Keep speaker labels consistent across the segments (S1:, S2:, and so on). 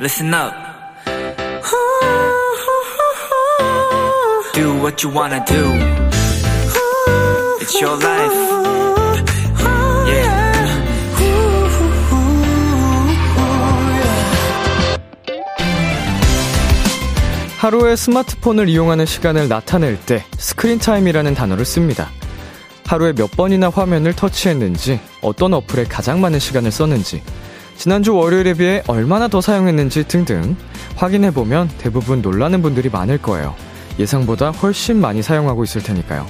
S1: listen up. Do what you wanna do. It's your life. Yeah.
S2: 하루에 스마트폰을 이용하는 시간을 나타낼 때 스크린 타임이라는 단어를 씁니다. 하루에 몇 번이나 화면을 터치했는지, 어떤 어플에 가장 많은 시간을 썼는지, 지난주 월요일에 비해 얼마나 더 사용했는지 등등 확인해보면 대부분 놀라는 분들이 많을 거예요. 예상보다 훨씬 많이 사용하고 있을 테니까요.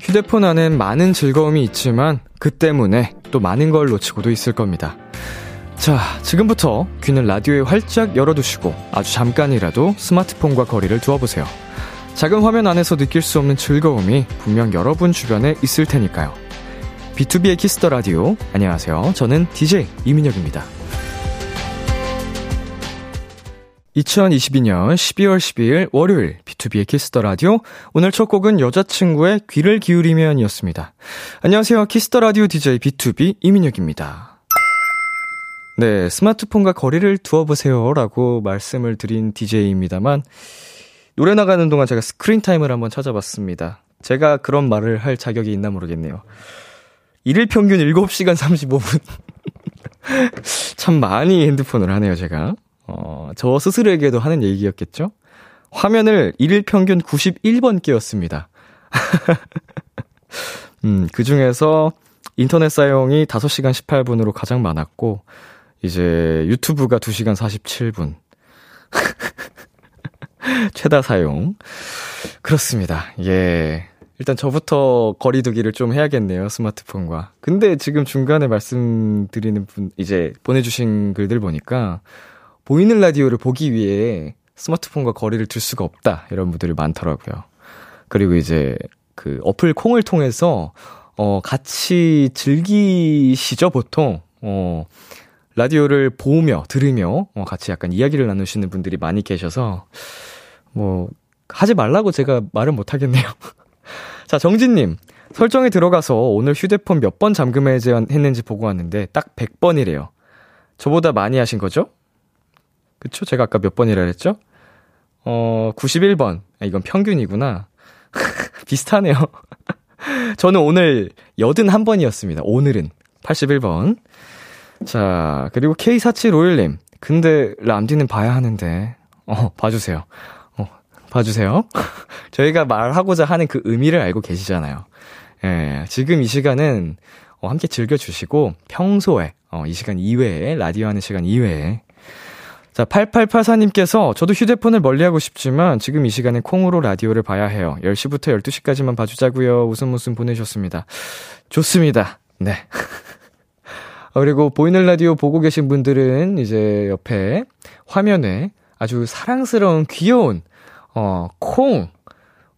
S2: 휴대폰 안엔 많은 즐거움이 있지만 그 때문에 또 많은 걸 놓치고도 있을 겁니다. 자, 지금부터 귀는 라디오에 활짝 열어두시고 아주 잠깐이라도 스마트폰과 거리를 두어보세요. 작은 화면 안에서 느낄 수 없는 즐거움이 분명 여러분 주변에 있을 테니까요. B2B의 키스터 라디오. 안녕하세요. 저는 DJ 이민혁입니다. 2022년 12월 12일 월요일 B2B의 키스터 라디오 오늘 첫 곡은 여자친구의 귀를 기울이면이었습니다. 안녕하세요. 키스터 라디오 DJ B2B 이민혁입니다. 네, 스마트폰과 거리를 두어 보세요라고 말씀을 드린 DJ입니다만 노래 나가는 동안 제가 스크린 타임을 한번 찾아봤습니다. 제가 그런 말을 할 자격이 있나 모르겠네요. 일일 평균 7시간 35분. 참 많이 핸드폰을 하네요, 제가. 어, 저 스스로에게도 하는 얘기였겠죠? 화면을 일일 평균 91번 깨웠습니다. 음, 그 중에서 인터넷 사용이 5시간 18분으로 가장 많았고, 이제 유튜브가 2시간 47분. 최다 사용. 그렇습니다. 예. 일단 저부터 거리두기를 좀 해야겠네요, 스마트폰과. 근데 지금 중간에 말씀드리는 분, 이제 보내주신 글들 보니까, 보이는 라디오를 보기 위해 스마트폰과 거리를 둘 수가 없다. 이런 분들이 많더라고요. 그리고 이제 그 어플 콩을 통해서, 어, 같이 즐기시죠, 보통. 어, 라디오를 보며, 들으며, 어, 같이 약간 이야기를 나누시는 분들이 많이 계셔서, 뭐, 하지 말라고 제가 말을 못하겠네요. 자, 정진님. 설정에 들어가서 오늘 휴대폰 몇 번 잠금해 제한했는지 보고 왔는데 딱 100번이래요. 저보다 많이 하신 거죠? 그쵸? 제가 아까 몇 번이라 그랬죠? 어, 91번. 아, 이건 평균이구나. 비슷하네요. 저는 오늘 81번이었습니다. 오늘은. 81번. 자, 그리고 K4751님. 근데 람디는 봐야 하는데. 어, 봐주세요. 어, 봐주세요. 저희가 말하고자 하는 그 의미를 알고 계시잖아요. 예, 지금 이 시간은 어, 함께 즐겨주시고, 평소에, 어, 이 시간 이외에, 라디오 하는 시간 이외에. 자, 8884님께서 저도 휴대폰을 멀리하고 싶지만 지금 이 시간에 콩으로 라디오를 봐야 해요. 10시부터 12시까지만 봐주자고요. 웃음 웃음 보내셨습니다. 좋습니다. 네. 어, 그리고 보이는 라디오 보고 계신 분들은 이제 옆에 화면에 아주 사랑스러운 귀여운 어, 콩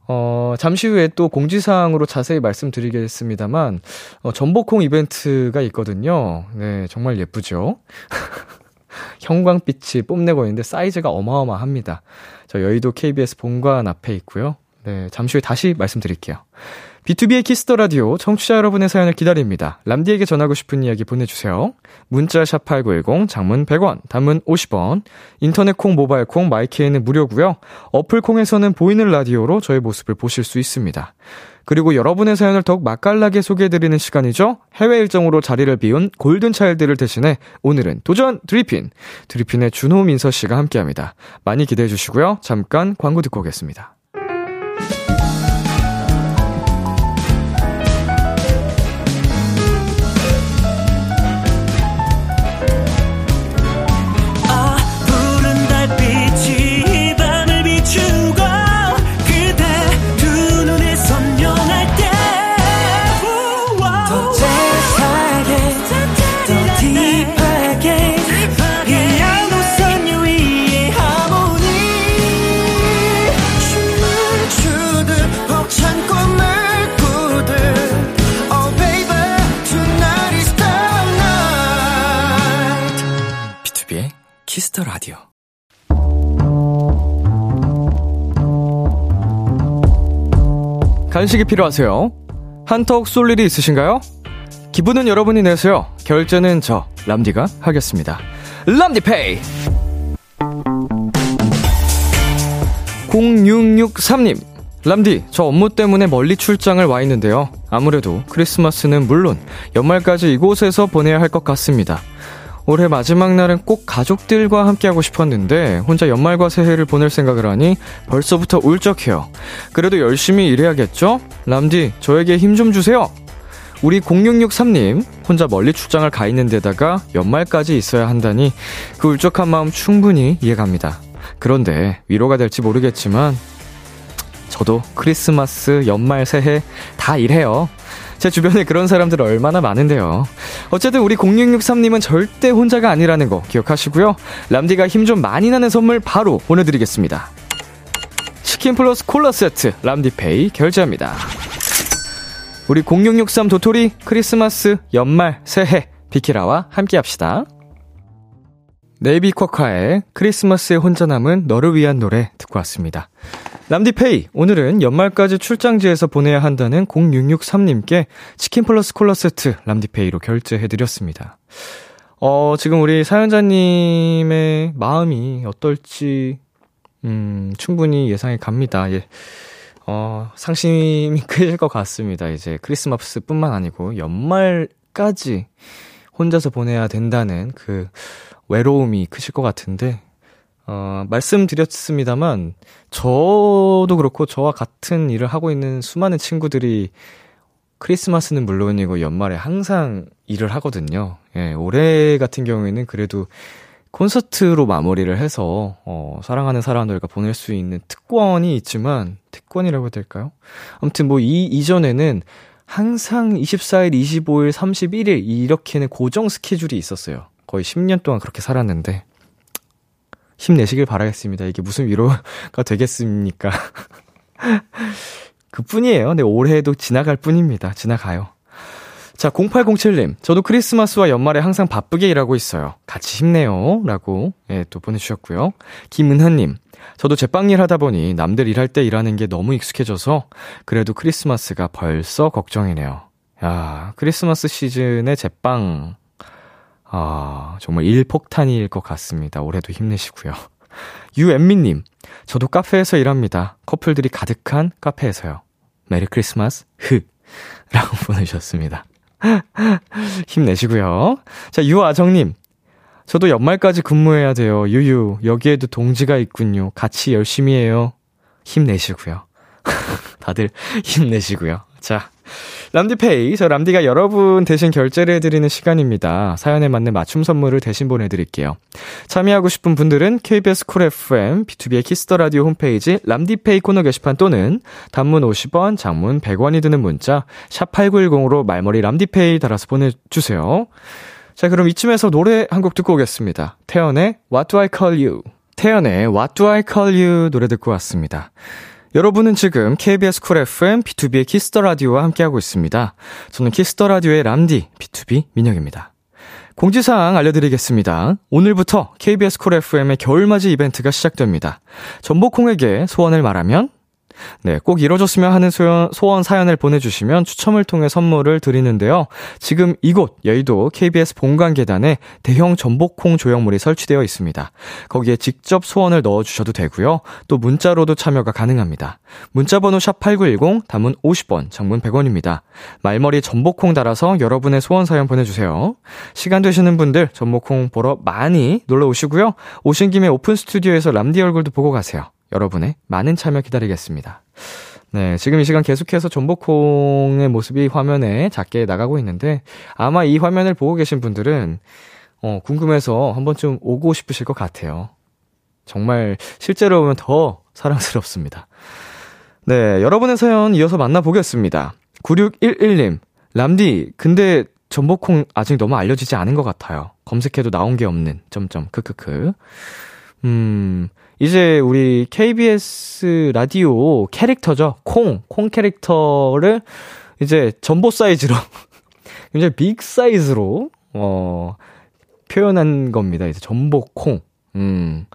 S2: 어, 잠시 후에 또 공지사항으로 자세히 말씀드리겠습니다만, 어, 전복콩 이벤트가 있거든요. 네, 정말 예쁘죠? 형광빛이 뽐내고 있는데 사이즈가 어마어마합니다. 저 여의도 KBS 본관 앞에 있고요. 네, 잠시 후에 다시 말씀드릴게요. B2B의 키스터 라디오 청취자 여러분의 사연을 기다립니다. 람디에게 전하고 싶은 이야기 보내주세요. 문자 샵8910 장문 100원, 단문 50원. 인터넷 콩, 모바일 콩, 마이케이는 무료고요. 어플 콩에서는 보이는 라디오로 저의 모습을 보실 수 있습니다. 그리고 여러분의 사연을 더욱 맛깔나게 소개해드리는 시간이죠. 해외 일정으로 자리를 비운 골든차일드를 대신해 오늘은 도전 드리핀! 드리핀의 준호 민서 씨가 함께합니다. 많이 기대해 주시고요. 잠깐 광고 듣고 오겠습니다.
S3: 아 푸른 달빛이 이 밤을 비추고 그대 두 눈에 선명할 때더 제사하게 더 딥하게 이 양도선 유위의 하모니 춤을 추듯 벅찬 꿈을 꾸듯 Oh baby tonight is the night
S1: B2B의 키스터 라디오.
S2: 간식이 필요하세요? 한턱 쏠 일이 있으신가요? 기분은 여러분이 내세요. 결제는 저 람디가 하겠습니다. 람디페이. 0663님. 람디, 저 업무 때문에 멀리 출장을 와 있는데요. 아무래도 크리스마스는 물론 연말까지 이곳에서 보내야 할 것 같습니다. 올해 마지막 날은 꼭 가족들과 함께하고 싶었는데 혼자 연말과 새해를 보낼 생각을 하니 벌써부터 울적해요. 그래도 열심히 일해야겠죠? 람디, 저에게 힘 좀 주세요. 우리 0663님 혼자 멀리 출장을 가 있는 데다가 연말까지 있어야 한다니 그 울적한 마음 충분히 이해갑니다. 그런데 위로가 될지 모르겠지만 저도 크리스마스, 연말, 새해 다 일해요. 제 주변에 그런 사람들 얼마나 많은데요. 어쨌든 우리 0663님은 절대 혼자가 아니라는 거 기억하시고요. 람디가 힘 좀 많이 나는 선물 바로 보내드리겠습니다. 치킨 플러스 콜라 세트 람디페이 결제합니다. 우리 0663 도토리 크리스마스 연말 새해 비키라와 함께합시다. 네이비 쿼카의 크리스마스에 혼자 남은 너를 위한 노래 듣고 왔습니다. 람디페이 오늘은 연말까지 출장지에서 보내야 한다는 0663님께 치킨 플러스 콜라 세트 람디페이로 결제해드렸습니다. 어 지금 우리 사연자님의 마음이 어떨지 음 충분히 예상이 갑니다. 예. 어, 상심이 크실 것 같습니다. 이제 크리스마스 뿐만 아니고 연말까지 혼자서 보내야 된다는 그 외로움이 크실 것 같은데, 어, 말씀드렸습니다만, 저도 그렇고 저와 같은 일을 하고 있는 수많은 친구들이 크리스마스는 물론이고 연말에 항상 일을 하거든요. 예, 올해 같은 경우에는 그래도 콘서트로 마무리를 해서 어, 사랑하는 사람들과 보낼 수 있는 특권이 있지만 특권이라고 해야 될까요? 아무튼 뭐 이 이전에는 항상 24일, 25일, 31일 이렇게는 고정 스케줄이 있었어요. 거의 10년 동안 그렇게 살았는데 힘내시길 바라겠습니다. 이게 무슨 위로가 되겠습니까? 그 뿐이에요. 근데 올해도 지나갈 뿐입니다. 지나가요. 자, 0807님. 저도 크리스마스와 연말에 항상 바쁘게 일하고 있어요. 같이 힘내요. 라고, 예, 또 보내주셨고요. 김은하님. 저도 제빵일 하다 보니 남들 일할 때 일하는 게 너무 익숙해져서 그래도 크리스마스가 벌써 걱정이네요. 야, 크리스마스 시즌에 제빵. 아, 정말 일폭탄일 것 같습니다. 올해도 힘내시고요. 유엠미님. 저도 카페에서 일합니다. 커플들이 가득한 카페에서요. 메리 크리스마스, 흐. 라고 보내주셨습니다. 힘내시고요. 자, 유아정님. 저도 연말까지 근무해야 돼요. 유유. 여기에도 동지가 있군요. 같이 열심히 해요. 힘내시고요. 다들 힘내시고요. 자. 람디페이, 저 람디가 여러분 대신 결제를 해드리는 시간입니다. 사연에 맞는 맞춤 선물을 대신 보내드릴게요. 참여하고 싶은 분들은 KBS 쿨 FM, B2B의 키스터 라디오 홈페이지 람디페이 코너 게시판 또는 단문 50원, 장문 100원이 드는 문자 샵8910으로 말머리 람디페이 달아서 보내주세요. 자, 그럼 이쯤에서 노래 한 곡 듣고 오겠습니다. 태연의 What Do I Call You? 태연의 What Do I Call You 노래 듣고 왔습니다. 여러분은 지금 KBS 쿨 FM B2B의 키스터 라디오와 함께하고 있습니다. 저는 키스터 라디오의 람디 B2B 민혁입니다. 공지사항 알려드리겠습니다. 오늘부터 KBS 콜 FM의 겨울맞이 이벤트가 시작됩니다. 전복콩에게 소원을 말하면 네, 꼭 이뤄줬으면 하는 소연- 소원 사연을 보내주시면 추첨을 통해 선물을 드리는데요. 지금 이곳 여의도 KBS 본관 계단에 대형 전복콩 조형물이 설치되어 있습니다. 거기에 직접 소원을 넣어주셔도 되고요. 또 문자로도 참여가 가능합니다. 문자번호 샵8910 단문 50원, 장문 100원입니다. 말머리 전복콩 달아서 여러분의 소원 사연 보내주세요. 시간 되시는 분들 전복콩 보러 많이 놀러 오시고요. 오신 김에 오픈 스튜디오에서 람디 얼굴도 보고 가세요. 여러분의 많은 참여 기다리겠습니다. 네, 지금 이 시간 계속해서 전복콩의 모습이 화면에 작게 나가고 있는데 아마 이 화면을 보고 계신 분들은 어, 궁금해서 한 번쯤 오고 싶으실 것 같아요. 정말 실제로 보면 더 사랑스럽습니다. 네, 여러분의 사연 이어서 만나보겠습니다. 9611님, 람디, 근데 전복콩 아직 너무 알려지지 않은 것 같아요. 검색해도 나온 게 없는, 점점, 크크크. 음, 이제 우리 KBS 라디오 캐릭터죠. 콩, 콩 캐릭터를 이제 전보 사이즈로, 굉장히 빅 사이즈로, 어, 표현한 겁니다. 이제 전복콩. 음.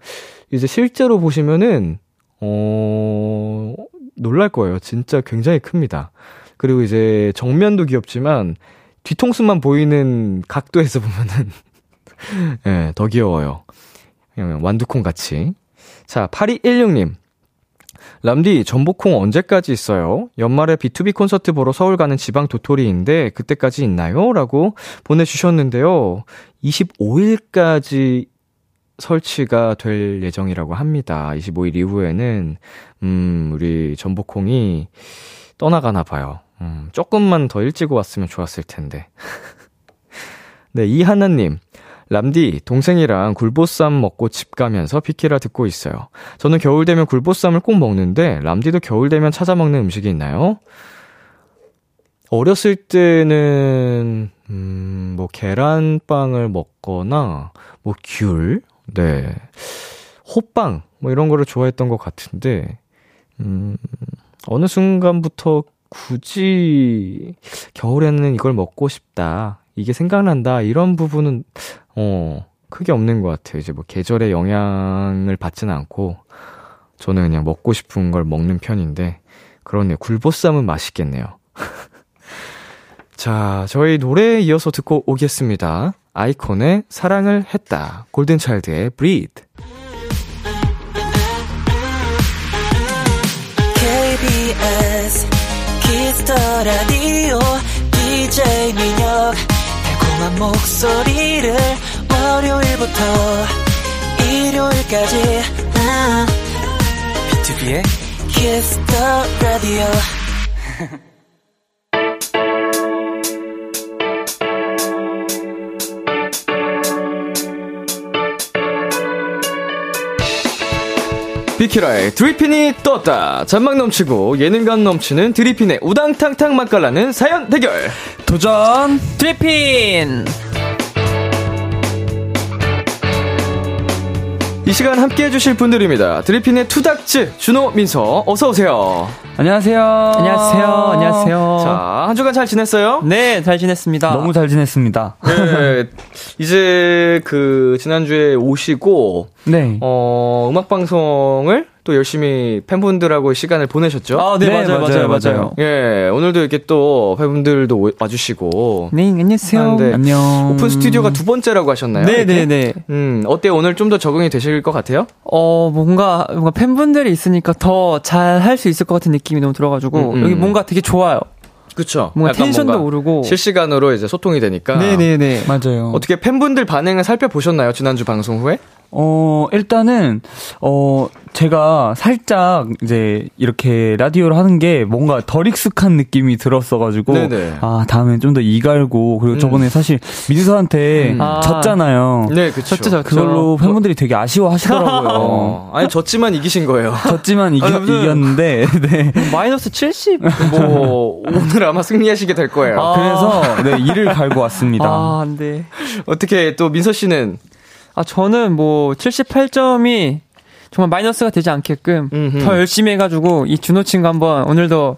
S2: 이제 실제로 보시면은, 어, 놀랄 거예요. 진짜 굉장히 큽니다. 그리고 이제 정면도 귀엽지만 뒤통수만 보이는 각도에서 보면은 예, 더 귀여워요. 그냥 완두콩 같이. 자, 8216님. 람디, 전복콩 언제까지 있어요? 연말에 B2B 콘서트 보러 서울 가는 지방 도토리인데, 그때까지 있나요? 라고 보내주셨는데요. 25일까지 설치가 될 예정이라고 합니다. 25일 이후에는, 음, 우리 전복콩이 떠나가나 봐요. 음, 조금만 더 일찍 왔으면 좋았을 텐데. 네, 이하나님. 람디, 동생이랑 굴보쌈 먹고 집 가면서 피키라 듣고 있어요. 저는 겨울 되면 굴보쌈을 꼭 먹는데, 람디도 겨울 되면 찾아 먹는 음식이 있나요? 어렸을 때는, 음, 뭐, 계란빵을 먹거나, 뭐, 귤, 네. 호빵, 뭐, 이런 거를 좋아했던 것 같은데, 음, 어느 순간부터 굳이 겨울에는 이걸 먹고 싶다. 이게 생각난다. 이런 부분은, 어, 크게 없는 것 같아요. 이제 뭐 계절의 영향을 받지는 않고, 저는 그냥 먹고 싶은 걸 먹는 편인데, 그러네요. 굴보쌈은 맛있겠네요. 자, 저희 노래에 이어서 듣고 오겠습니다. 아이콘의 사랑을 했다. 골든차일드의 브리드.
S3: KBS 키스터 라디오 DJ 민혁 달콤한 목소리를 월요일부터 일요일까지 아,
S1: B2B의
S3: 키스터 라디오
S2: 비키라의 드리핀이 떴다. 잔망 넘치고 예능감 넘치는 드리핀의 우당탕탕 맛깔나는 사연 대결.
S1: 도전 트리핀
S2: 이 시간 함께 해주실 분들입니다. 드리핀의 투닥즈, 준호, 민서, 어서오세요.
S4: 안녕하세요. 안녕하세요. 안녕하세요.
S1: 어.
S2: 자, 한 주간 잘 지냈어요?
S4: 네, 잘 지냈습니다. 너무 잘 지냈습니다.
S2: 네. 이제 그, 지난주에 오시고,
S4: 네.
S2: 어, 음악방송을 또 열심히 팬분들하고 시간을 보내셨죠?
S4: 아, 네,
S2: 예, 오늘도 이렇게 또 팬분들도 오- 와주시고.
S4: 네, 안녕하세요.
S2: 아, 네.
S4: 안녕.
S2: 오픈 스튜디오가 두 번째라고 하셨나요?
S4: 네, 네,
S2: 이렇게?
S4: 네.
S2: 음, 어때요? 오늘 좀 더 적응이 되실 것 같아요?
S4: 어, 뭔가 뭔가 팬분들이 있으니까 더 잘 할 수 있을 것 같은 느낌이 너무 들어 가지고
S2: 음, 음.
S4: 여기 뭔가 되게 좋아요.
S2: 그쵸.
S4: 뭔가
S2: 약간
S4: 텐션도
S2: 뭔가
S4: 오르고.
S2: 실시간으로 이제 소통이 되니까.
S4: 네, 네, 네.
S5: 맞아요.
S2: 어떻게 팬분들 반응을 살펴보셨나요? 지난주 방송 후에?
S5: 어, 일단은, 어, 제가 살짝 이제 이렇게 라디오를 하는 게 뭔가 덜 익숙한 느낌이 들었어가지고,
S2: 네네.
S5: 아, 다음엔 좀 더 이갈고, 그리고
S4: 음.
S5: 저번에 사실 민서한테
S2: 음.
S4: 아.
S5: 졌잖아요.
S2: 네, 그쵸.
S4: 졌죠, 졌죠.
S5: 그걸로 팬분들이 되게 아쉬워하시더라고요.
S2: 어, 아니, 졌지만 이기신 거예요.
S5: 졌지만 이겨,
S4: 아니, 무슨-
S5: 이겼는데, 네.
S4: 마이너스 70.
S2: 뭐, 오늘 아마 승리하시게 될 거예요.
S4: 아.
S5: 그래서, 네, 이를 갈고 왔습니다.
S4: 아, 안 돼.
S2: 어떻게 또 민서 씨는?
S4: 아, 저는 뭐 78점이 정말 마이너스가 되지 않게끔
S2: 음흠.
S4: 더 열심히 해가지고 이 준호 친구 한번 오늘도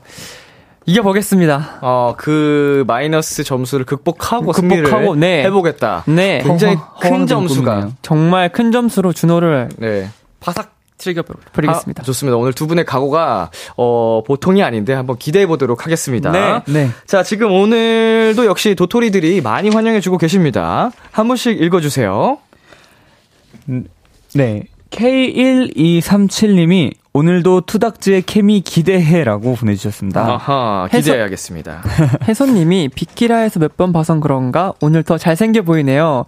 S4: 이겨보겠습니다.
S2: 어, 그 마이너스 점수를 극복하고,
S4: 극복하고,
S2: 승리를
S4: 네.
S2: 해보겠다.
S4: 네.
S2: 굉장히
S5: 어, 허황-
S2: 큰
S5: 허황된
S2: 점수가.
S5: 꿈이네요.
S4: 정말 큰 점수로 준호를
S2: 네.
S4: 바삭 즐겨버리겠습니다.
S2: 아, 좋습니다. 오늘 두 분의 각오가, 어, 보통이 아닌데 한번 기대해 보도록 하겠습니다.
S4: 네.
S5: 네.
S2: 자, 지금 오늘도 역시 도토리들이 많이 환영해주고 계십니다. 한 분씩 읽어주세요.
S5: 네. K1237님이 오늘도 투닥즈의 케미 기대해라고 보내주셨습니다.
S2: 아하,
S4: 해석-
S2: 기대해야겠습니다.
S4: 혜선님이 비키라에서 아, 몇 번 봐선 그런가 오늘 더 잘생겨 보이네요.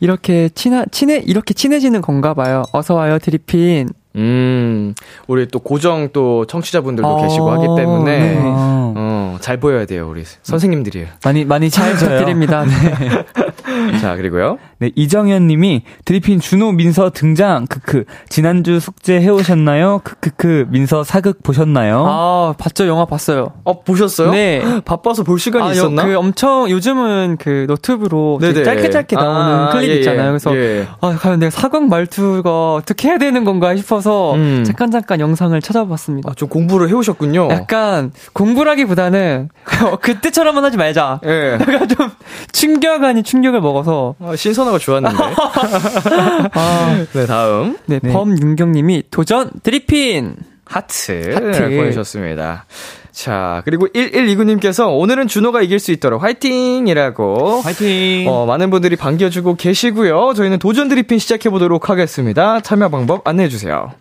S4: 이렇게 친하, 친해, 이렇게 친해지는 건가 봐요. 어서와요, 드리핀.
S2: 음, 우리 또 고정 또 청취자분들도
S4: 어,
S2: 계시고 하기 때문에,
S4: 네.
S5: 아.
S2: 어, 잘 보여야 돼요, 우리 선생님들이요.
S5: 많이 많이
S4: 잘 부탁드립니다. 네.
S2: 자, 그리고요.
S5: 네, 이정현 님이 드리핀 준호 민서 등장. 크크. 지난주 숙제 해 오셨나요? 크크크. 민서 사극 보셨나요?
S4: 아, 봤죠? 영화 봤어요.
S2: 어, 보셨어요?
S4: 네.
S2: 바빠서 볼 시간이
S4: 아, 여-
S2: 있었나?
S4: 그 엄청 요즘은 그 노트북으로 되게
S2: 네네.
S4: 짧게 짧게 나오는
S2: 아,
S4: 클립
S2: 예, 예.
S4: 있잖아요. 그래서
S2: 예.
S4: 아 과연 내가 사극 말투가 어떻게 해야 되는 건가 싶어서
S2: 음.
S4: 잠깐 잠깐 영상을 찾아봤습니다.
S2: 아, 좀 공부를 해오셨군요.
S4: 약간 공부라기보다는 어, 그때처럼만 하지 말자.
S2: 예.
S4: 내가 좀 충격 아닌 충격을 먹어서
S2: 아, 신선하고 좋았는데.
S4: 아,
S2: 네, 다음.
S4: 네, 범윤경님이 도전 드리핀
S2: 하트,
S6: 하트.
S2: 보내셨습니다. 자, 그리고 1129님께서 오늘은 준호가 이길 수 있도록 화이팅이라고
S7: 화이팅.
S2: 어, 많은 분들이 반겨주고 계시고요. 저희는 도전 드리핀 시작해보도록 하겠습니다. 참여 방법 안내해주세요.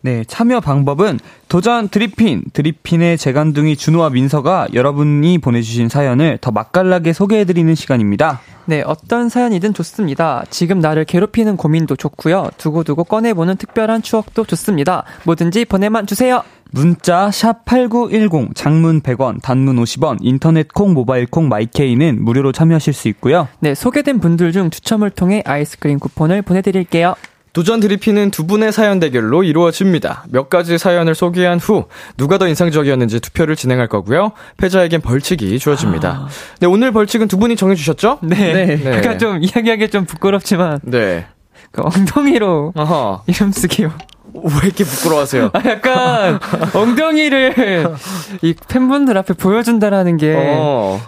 S5: 네, 참여 방법은 도전 드리핀, 드리핀의 재간둥이 준호와 민서가 여러분이 보내주신 사연을 더 맛깔나게 소개해드리는 시간입니다.
S6: 네, 어떤 사연이든 좋습니다. 지금 나를 괴롭히는 고민도 좋고요. 두고두고 꺼내보는 특별한 추억도 좋습니다. 뭐든지 보내만 주세요.
S5: 문자 샵8910 장문 100원 단문 50원 인터넷 콩 모바일 콩 마이케이는 무료로 참여하실 수 있고요.
S6: 네, 소개된 분들 중 추첨을 통해 아이스크림 쿠폰을 보내드릴게요.
S2: 도전 드리핀은 두 분의 사연 대결로 이루어집니다. 몇 가지 사연을 소개한 후 누가 더 인상적이었는지 투표를 진행할 거고요. 패자에겐 벌칙이 주어집니다.
S6: 아.
S2: 네, 오늘 벌칙은 두 분이 정해주셨죠?
S6: 네.
S2: 네.
S6: 그니까 좀 이야기하기 좀 부끄럽지만,
S2: 네.
S6: 그 엉덩이로
S2: 어허.
S6: 이름 쓰기요.
S2: 왜 이렇게 부끄러워하세요?
S6: 아, 약간 엉덩이를 이 팬분들 앞에 보여준다라는 게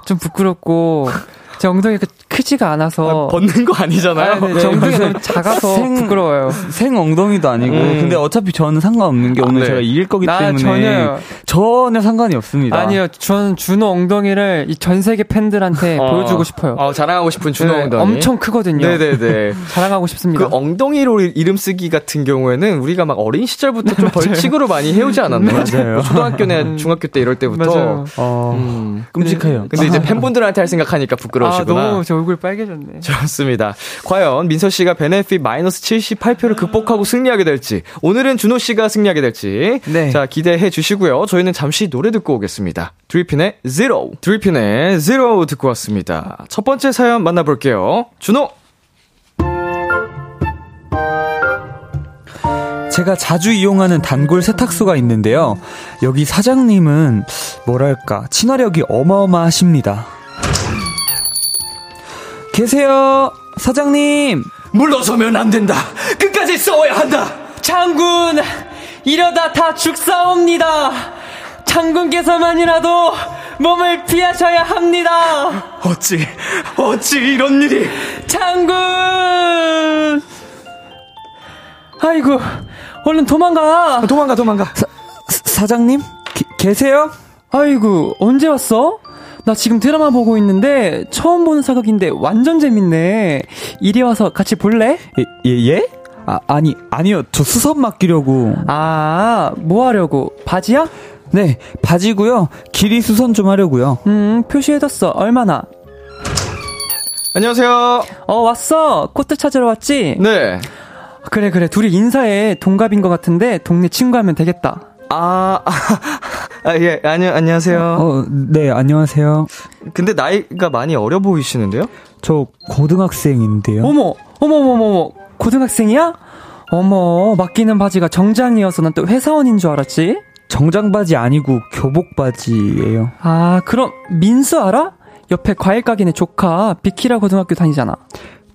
S6: 좀
S2: 어.
S6: 부끄럽고, 제 엉덩이가 크지가 않아서.
S2: 벗는 거 아니잖아요.
S6: 아, 네, 제 엉덩이가 너무 작아서
S5: 생-
S6: 부끄러워요.
S5: 생 엉덩이도 아니고
S2: 음.
S5: 근데 어차피 저는 상관없는 게
S7: 아,
S5: 오늘
S2: 네.
S5: 제가 이길 거기
S6: 나
S5: 때문에
S6: 전혀요.
S5: 전혀 상관이 없습니다.
S6: 아니요, 전 준호 엉덩이를 이 전 세계 팬들한테
S2: 어.
S6: 네, 보여주고 싶어요.
S2: 어, 자랑하고 싶은 준호
S6: 네,
S2: 엉덩이.
S6: 엄청 크거든요.
S2: 네네네.
S6: 자랑하고
S2: 그
S6: 싶습니다.
S2: 엉덩이로 이름 쓰기 같은 경우에는 우리가 막 어린 시절부터 좀 벌칙으로 많이 해우지 않았나요? 뭐
S5: 맞아요.
S2: 초등학교나 중학교 때 이럴 때부터.
S6: 음. 맞아요.
S5: 어,
S2: 음.
S5: 끔찍해요.
S2: 근데 이제 팬분들한테 할 생각하니까 부끄러우시구나.
S6: 아, 너무 제 얼굴 빨개졌네.
S2: 좋습니다. 과연 민서 씨가 베네핏 마이너스 78표를 극복하고 승리하게 될지, 오늘은 준호 씨가 승리하게 될지,
S5: 네.
S2: 자, 기대해 주시고요. 저희는 잠시 노래 듣고 오겠습니다. 드리핀의 Zero. 드리핀의 Zero 듣고 왔습니다. 첫 번째 사연 만나볼게요. 준호!
S7: 네.
S5: 제가 자주 이용하는 단골 세탁소가 있는데요. 여기 사장님은 뭐랄까 친화력이 어마어마하십니다. 계세요, 사장님.
S7: 물러서면 안 된다. 끝까지 싸워야 한다.
S6: 장군! 이러다 다 죽사옵니다! 장군께서만이라도 몸을 피하셔야 합니다!
S7: 어찌 어찌 이런 일이?
S6: 장군! 아이고, 얼른 도망가!
S2: 도망가, 도망가.
S5: 사- 사장님 기- 계세요?
S6: 아이고, 언제 왔어? 나 지금 드라마 보고 있는데 처음 보는 사극인데 완전 재밌네. 이리 와서 같이 볼래?
S5: 예, 예, 예? 아, 아니, 아니요. 저 수선 맡기려고.
S6: 아, 뭐 하려고? 바지야?
S5: 네, 바지고요. 길이 수선 좀 하려고요.
S6: 음, 표시해뒀어. 얼마나?
S2: 안녕하세요.
S6: 어, 왔어. 코트 찾으러 왔지?
S2: 네.
S6: 그래, 그래. 둘이 인사해. 동갑인 것 같은데 동네 친구 하면 되겠다.
S2: 아, 아, 아, 예, 안녕 안녕하세요.
S5: 어, 네, 안녕하세요.
S2: 근데 나이가 많이 어려 보이시는데요?
S5: 저 고등학생인데요.
S6: 어머, 어머, 어머, 어머, 어머. 고등학생이야? 어머, 맡기는 바지가 정장이어서 난 또 회사원인 줄 알았지?
S5: 정장 바지 아니고 교복 바지예요.
S6: 아, 그럼 민수 알아? 옆에 과일 가게네 조카 비키라 고등학교 다니잖아.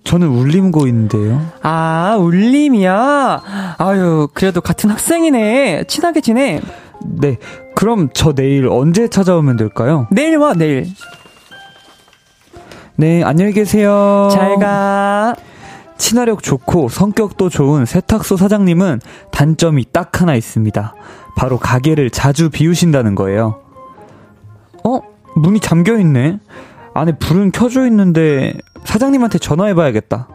S5: 저는 울림고인데요.
S6: 아, 울림이야. 아유, 그래도 같은 학생이네. 친하게 지내.
S5: 네, 그럼 저 내일 언제 찾아오면 될까요?
S6: 내일 와, 내일.
S5: 네, 안녕히 계세요.
S6: 잘 가.
S5: 친화력 좋고 성격도 좋은 세탁소 사장님은 단점이 딱 하나 있습니다. 바로 가게를 자주 비우신다는 거예요. 어? 문이 잠겨 있네. 안에 불은 켜져 있는데 사장님한테 전화해 봐야겠다.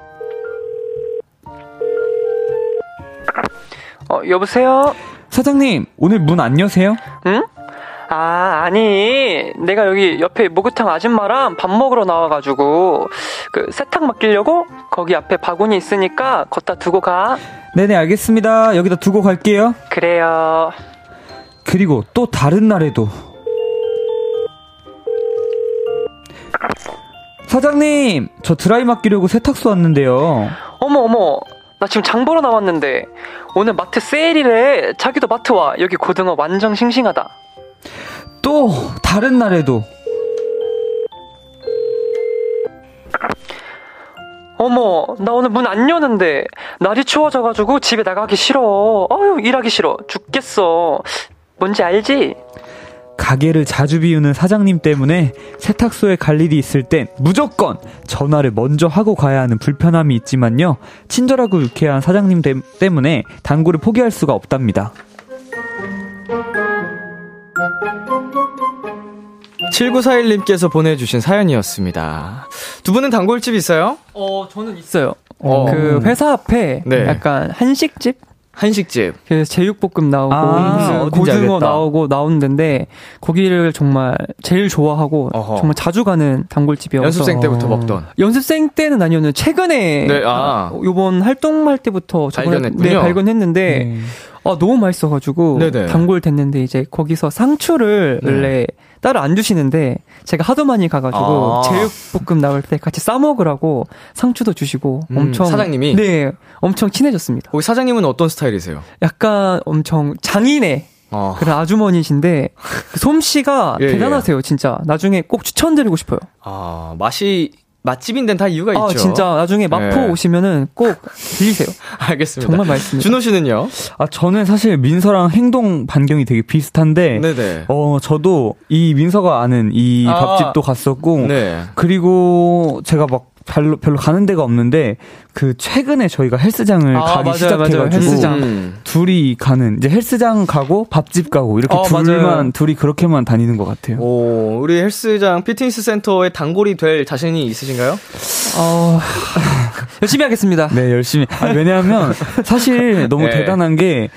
S6: 어, 여보세요?
S5: 사장님, 오늘 문 안 여세요?
S6: 응? 아, 아니. 내가 여기 옆에 목욕탕 아줌마랑 밥 먹으러 나와가지고, 그, 세탁 맡기려고? 거기 앞에 바구니 있으니까, 걷다 두고 가.
S5: 네네, 알겠습니다. 여기다 두고 갈게요.
S6: 그래요.
S5: 그리고 또 다른 날에도 사장님, 저 드라이 맡기려고 세탁소 왔는데요.
S6: 어머, 어머. 나 지금 장 보러 나왔는데, 오늘 마트 세일이래. 자기도 마트 와. 여기 고등어 완전 싱싱하다.
S5: 또 다른 날에도
S6: 어머, 나 오늘 문 안 여는데 날이 추워져가지고 집에 나가기 싫어. 어휴, 일하기 싫어. 죽겠어. 뭔지 알지?
S5: 가게를 자주 비우는 사장님 때문에 세탁소에 갈 일이 있을 땐 무조건 전화를 먼저 하고 가야 하는 불편함이 있지만요. 친절하고 유쾌한 사장님 때- 때문에 단골을 포기할 수가 없답니다.
S2: 7941님께서 보내주신 사연이었습니다. 두 분은 단골집 있어요?
S6: 어, 저는 있어요.
S2: 어.
S6: 그 회사 앞에
S2: 네.
S6: 약간 한식집?
S2: 한식집.
S6: 그 제육볶음 나오고
S5: 아,
S6: 무슨
S2: 어딘지
S6: 고등어
S2: 알겠다.
S6: 나오고 나오는 데인데 거기를 정말 제일 좋아하고
S2: 어허.
S6: 정말 자주 가는 단골집이어서 음.
S2: 연습생 때부터 먹던.
S6: 연습생 때는 아니었는데 최근에
S2: 네, 아.
S6: 요번 활동할 때부터 저번에
S2: 발견했군요.
S6: 네, 발견했는데 아, 너무 맛있어가지고
S2: 네네.
S6: 단골 됐는데 이제 거기서 상추를
S2: 네.
S6: 원래 따로 안 주시는데 제가 하도 많이 가가지고
S2: 아.
S6: 제육볶음 나올 때 같이 싸 먹으라고 상추도 주시고
S2: 음,
S6: 엄청
S2: 사장님이?
S6: 네 엄청 친해졌습니다.
S2: 거기 사장님은 어떤 스타일이세요?
S6: 약간 엄청 장인의
S2: 어.
S6: 그런 아주머니신데 그 솜씨가
S2: 예, 예.
S6: 대단하세요 진짜 나중에 꼭 추천드리고 싶어요.
S2: 아, 맛이, 맛집인 데는 다 이유가
S6: 아
S2: 있죠.
S6: 진짜 나중에 마포
S2: 예.
S6: 오시면은 꼭 들리세요.
S2: 알겠습니다.
S6: 정말 맛있습니다.
S2: 준호 씨는요?
S5: 아, 저는 사실 민서랑 행동 반경이 되게 비슷한데,
S2: 네네.
S5: 어, 저도 이 민서가 아는 이
S2: 아.
S5: 밥집도 갔었고,
S2: 네.
S5: 그리고 제가 막 별로, 별로 가는 데가 없는데, 그 최근에 저희가 헬스장을
S6: 아,
S5: 가기
S6: 맞아요,
S5: 시작해가지고,
S6: 맞아요. 헬스장.
S2: 음.
S5: 둘이 가는, 이제 헬스장 가고 밥집 가고, 이렇게
S6: 어,
S5: 둘만,
S6: 맞아요.
S5: 둘이 그렇게만 다니는 것 같아요.
S2: 오, 우리 헬스장 피트니스 센터의 단골이 될 자신이 있으신가요?
S6: 어, 열심히 하겠습니다.
S5: 네, 열심히. 아, 왜냐하면 사실 너무
S2: 네.
S5: 대단한 게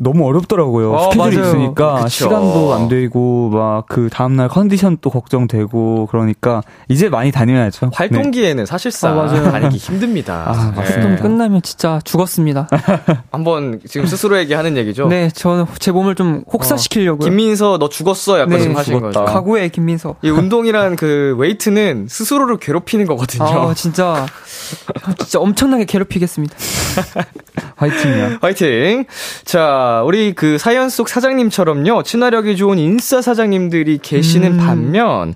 S5: 너무 어렵더라고요.
S6: 어,
S5: 스케줄이
S6: 맞아요.
S5: 있으니까
S2: 그쵸.
S5: 시간도 안 되고 막 그 다음 날 컨디션도 걱정되고 그러니까 이제 많이 다녀야죠. 네.
S2: 활동기에는 사실상
S6: 아, 맞아요.
S2: 다니기 힘듭니다. 네.
S5: 아,
S6: 활동 끝나면 진짜 죽었습니다.
S2: 아, 한번 지금 스스로에게 하는 얘기죠.
S6: 네, 저는 제 몸을 좀 혹사시키려고요.
S2: 김민서 너 죽었어 약간
S6: 네.
S2: 지금 하신
S5: 죽었다.
S2: 거죠.
S6: 가구의 김민서.
S2: 이 운동이란 그 웨이트는 스스로를 괴롭히는 거거든요.
S6: 아, 진짜 진짜 엄청나게 괴롭히겠습니다.
S5: 화이팅이야.
S2: 화이팅! 자, 우리 그 사연 속 사장님처럼요, 친화력이 좋은 인싸 사장님들이 계시는 반면,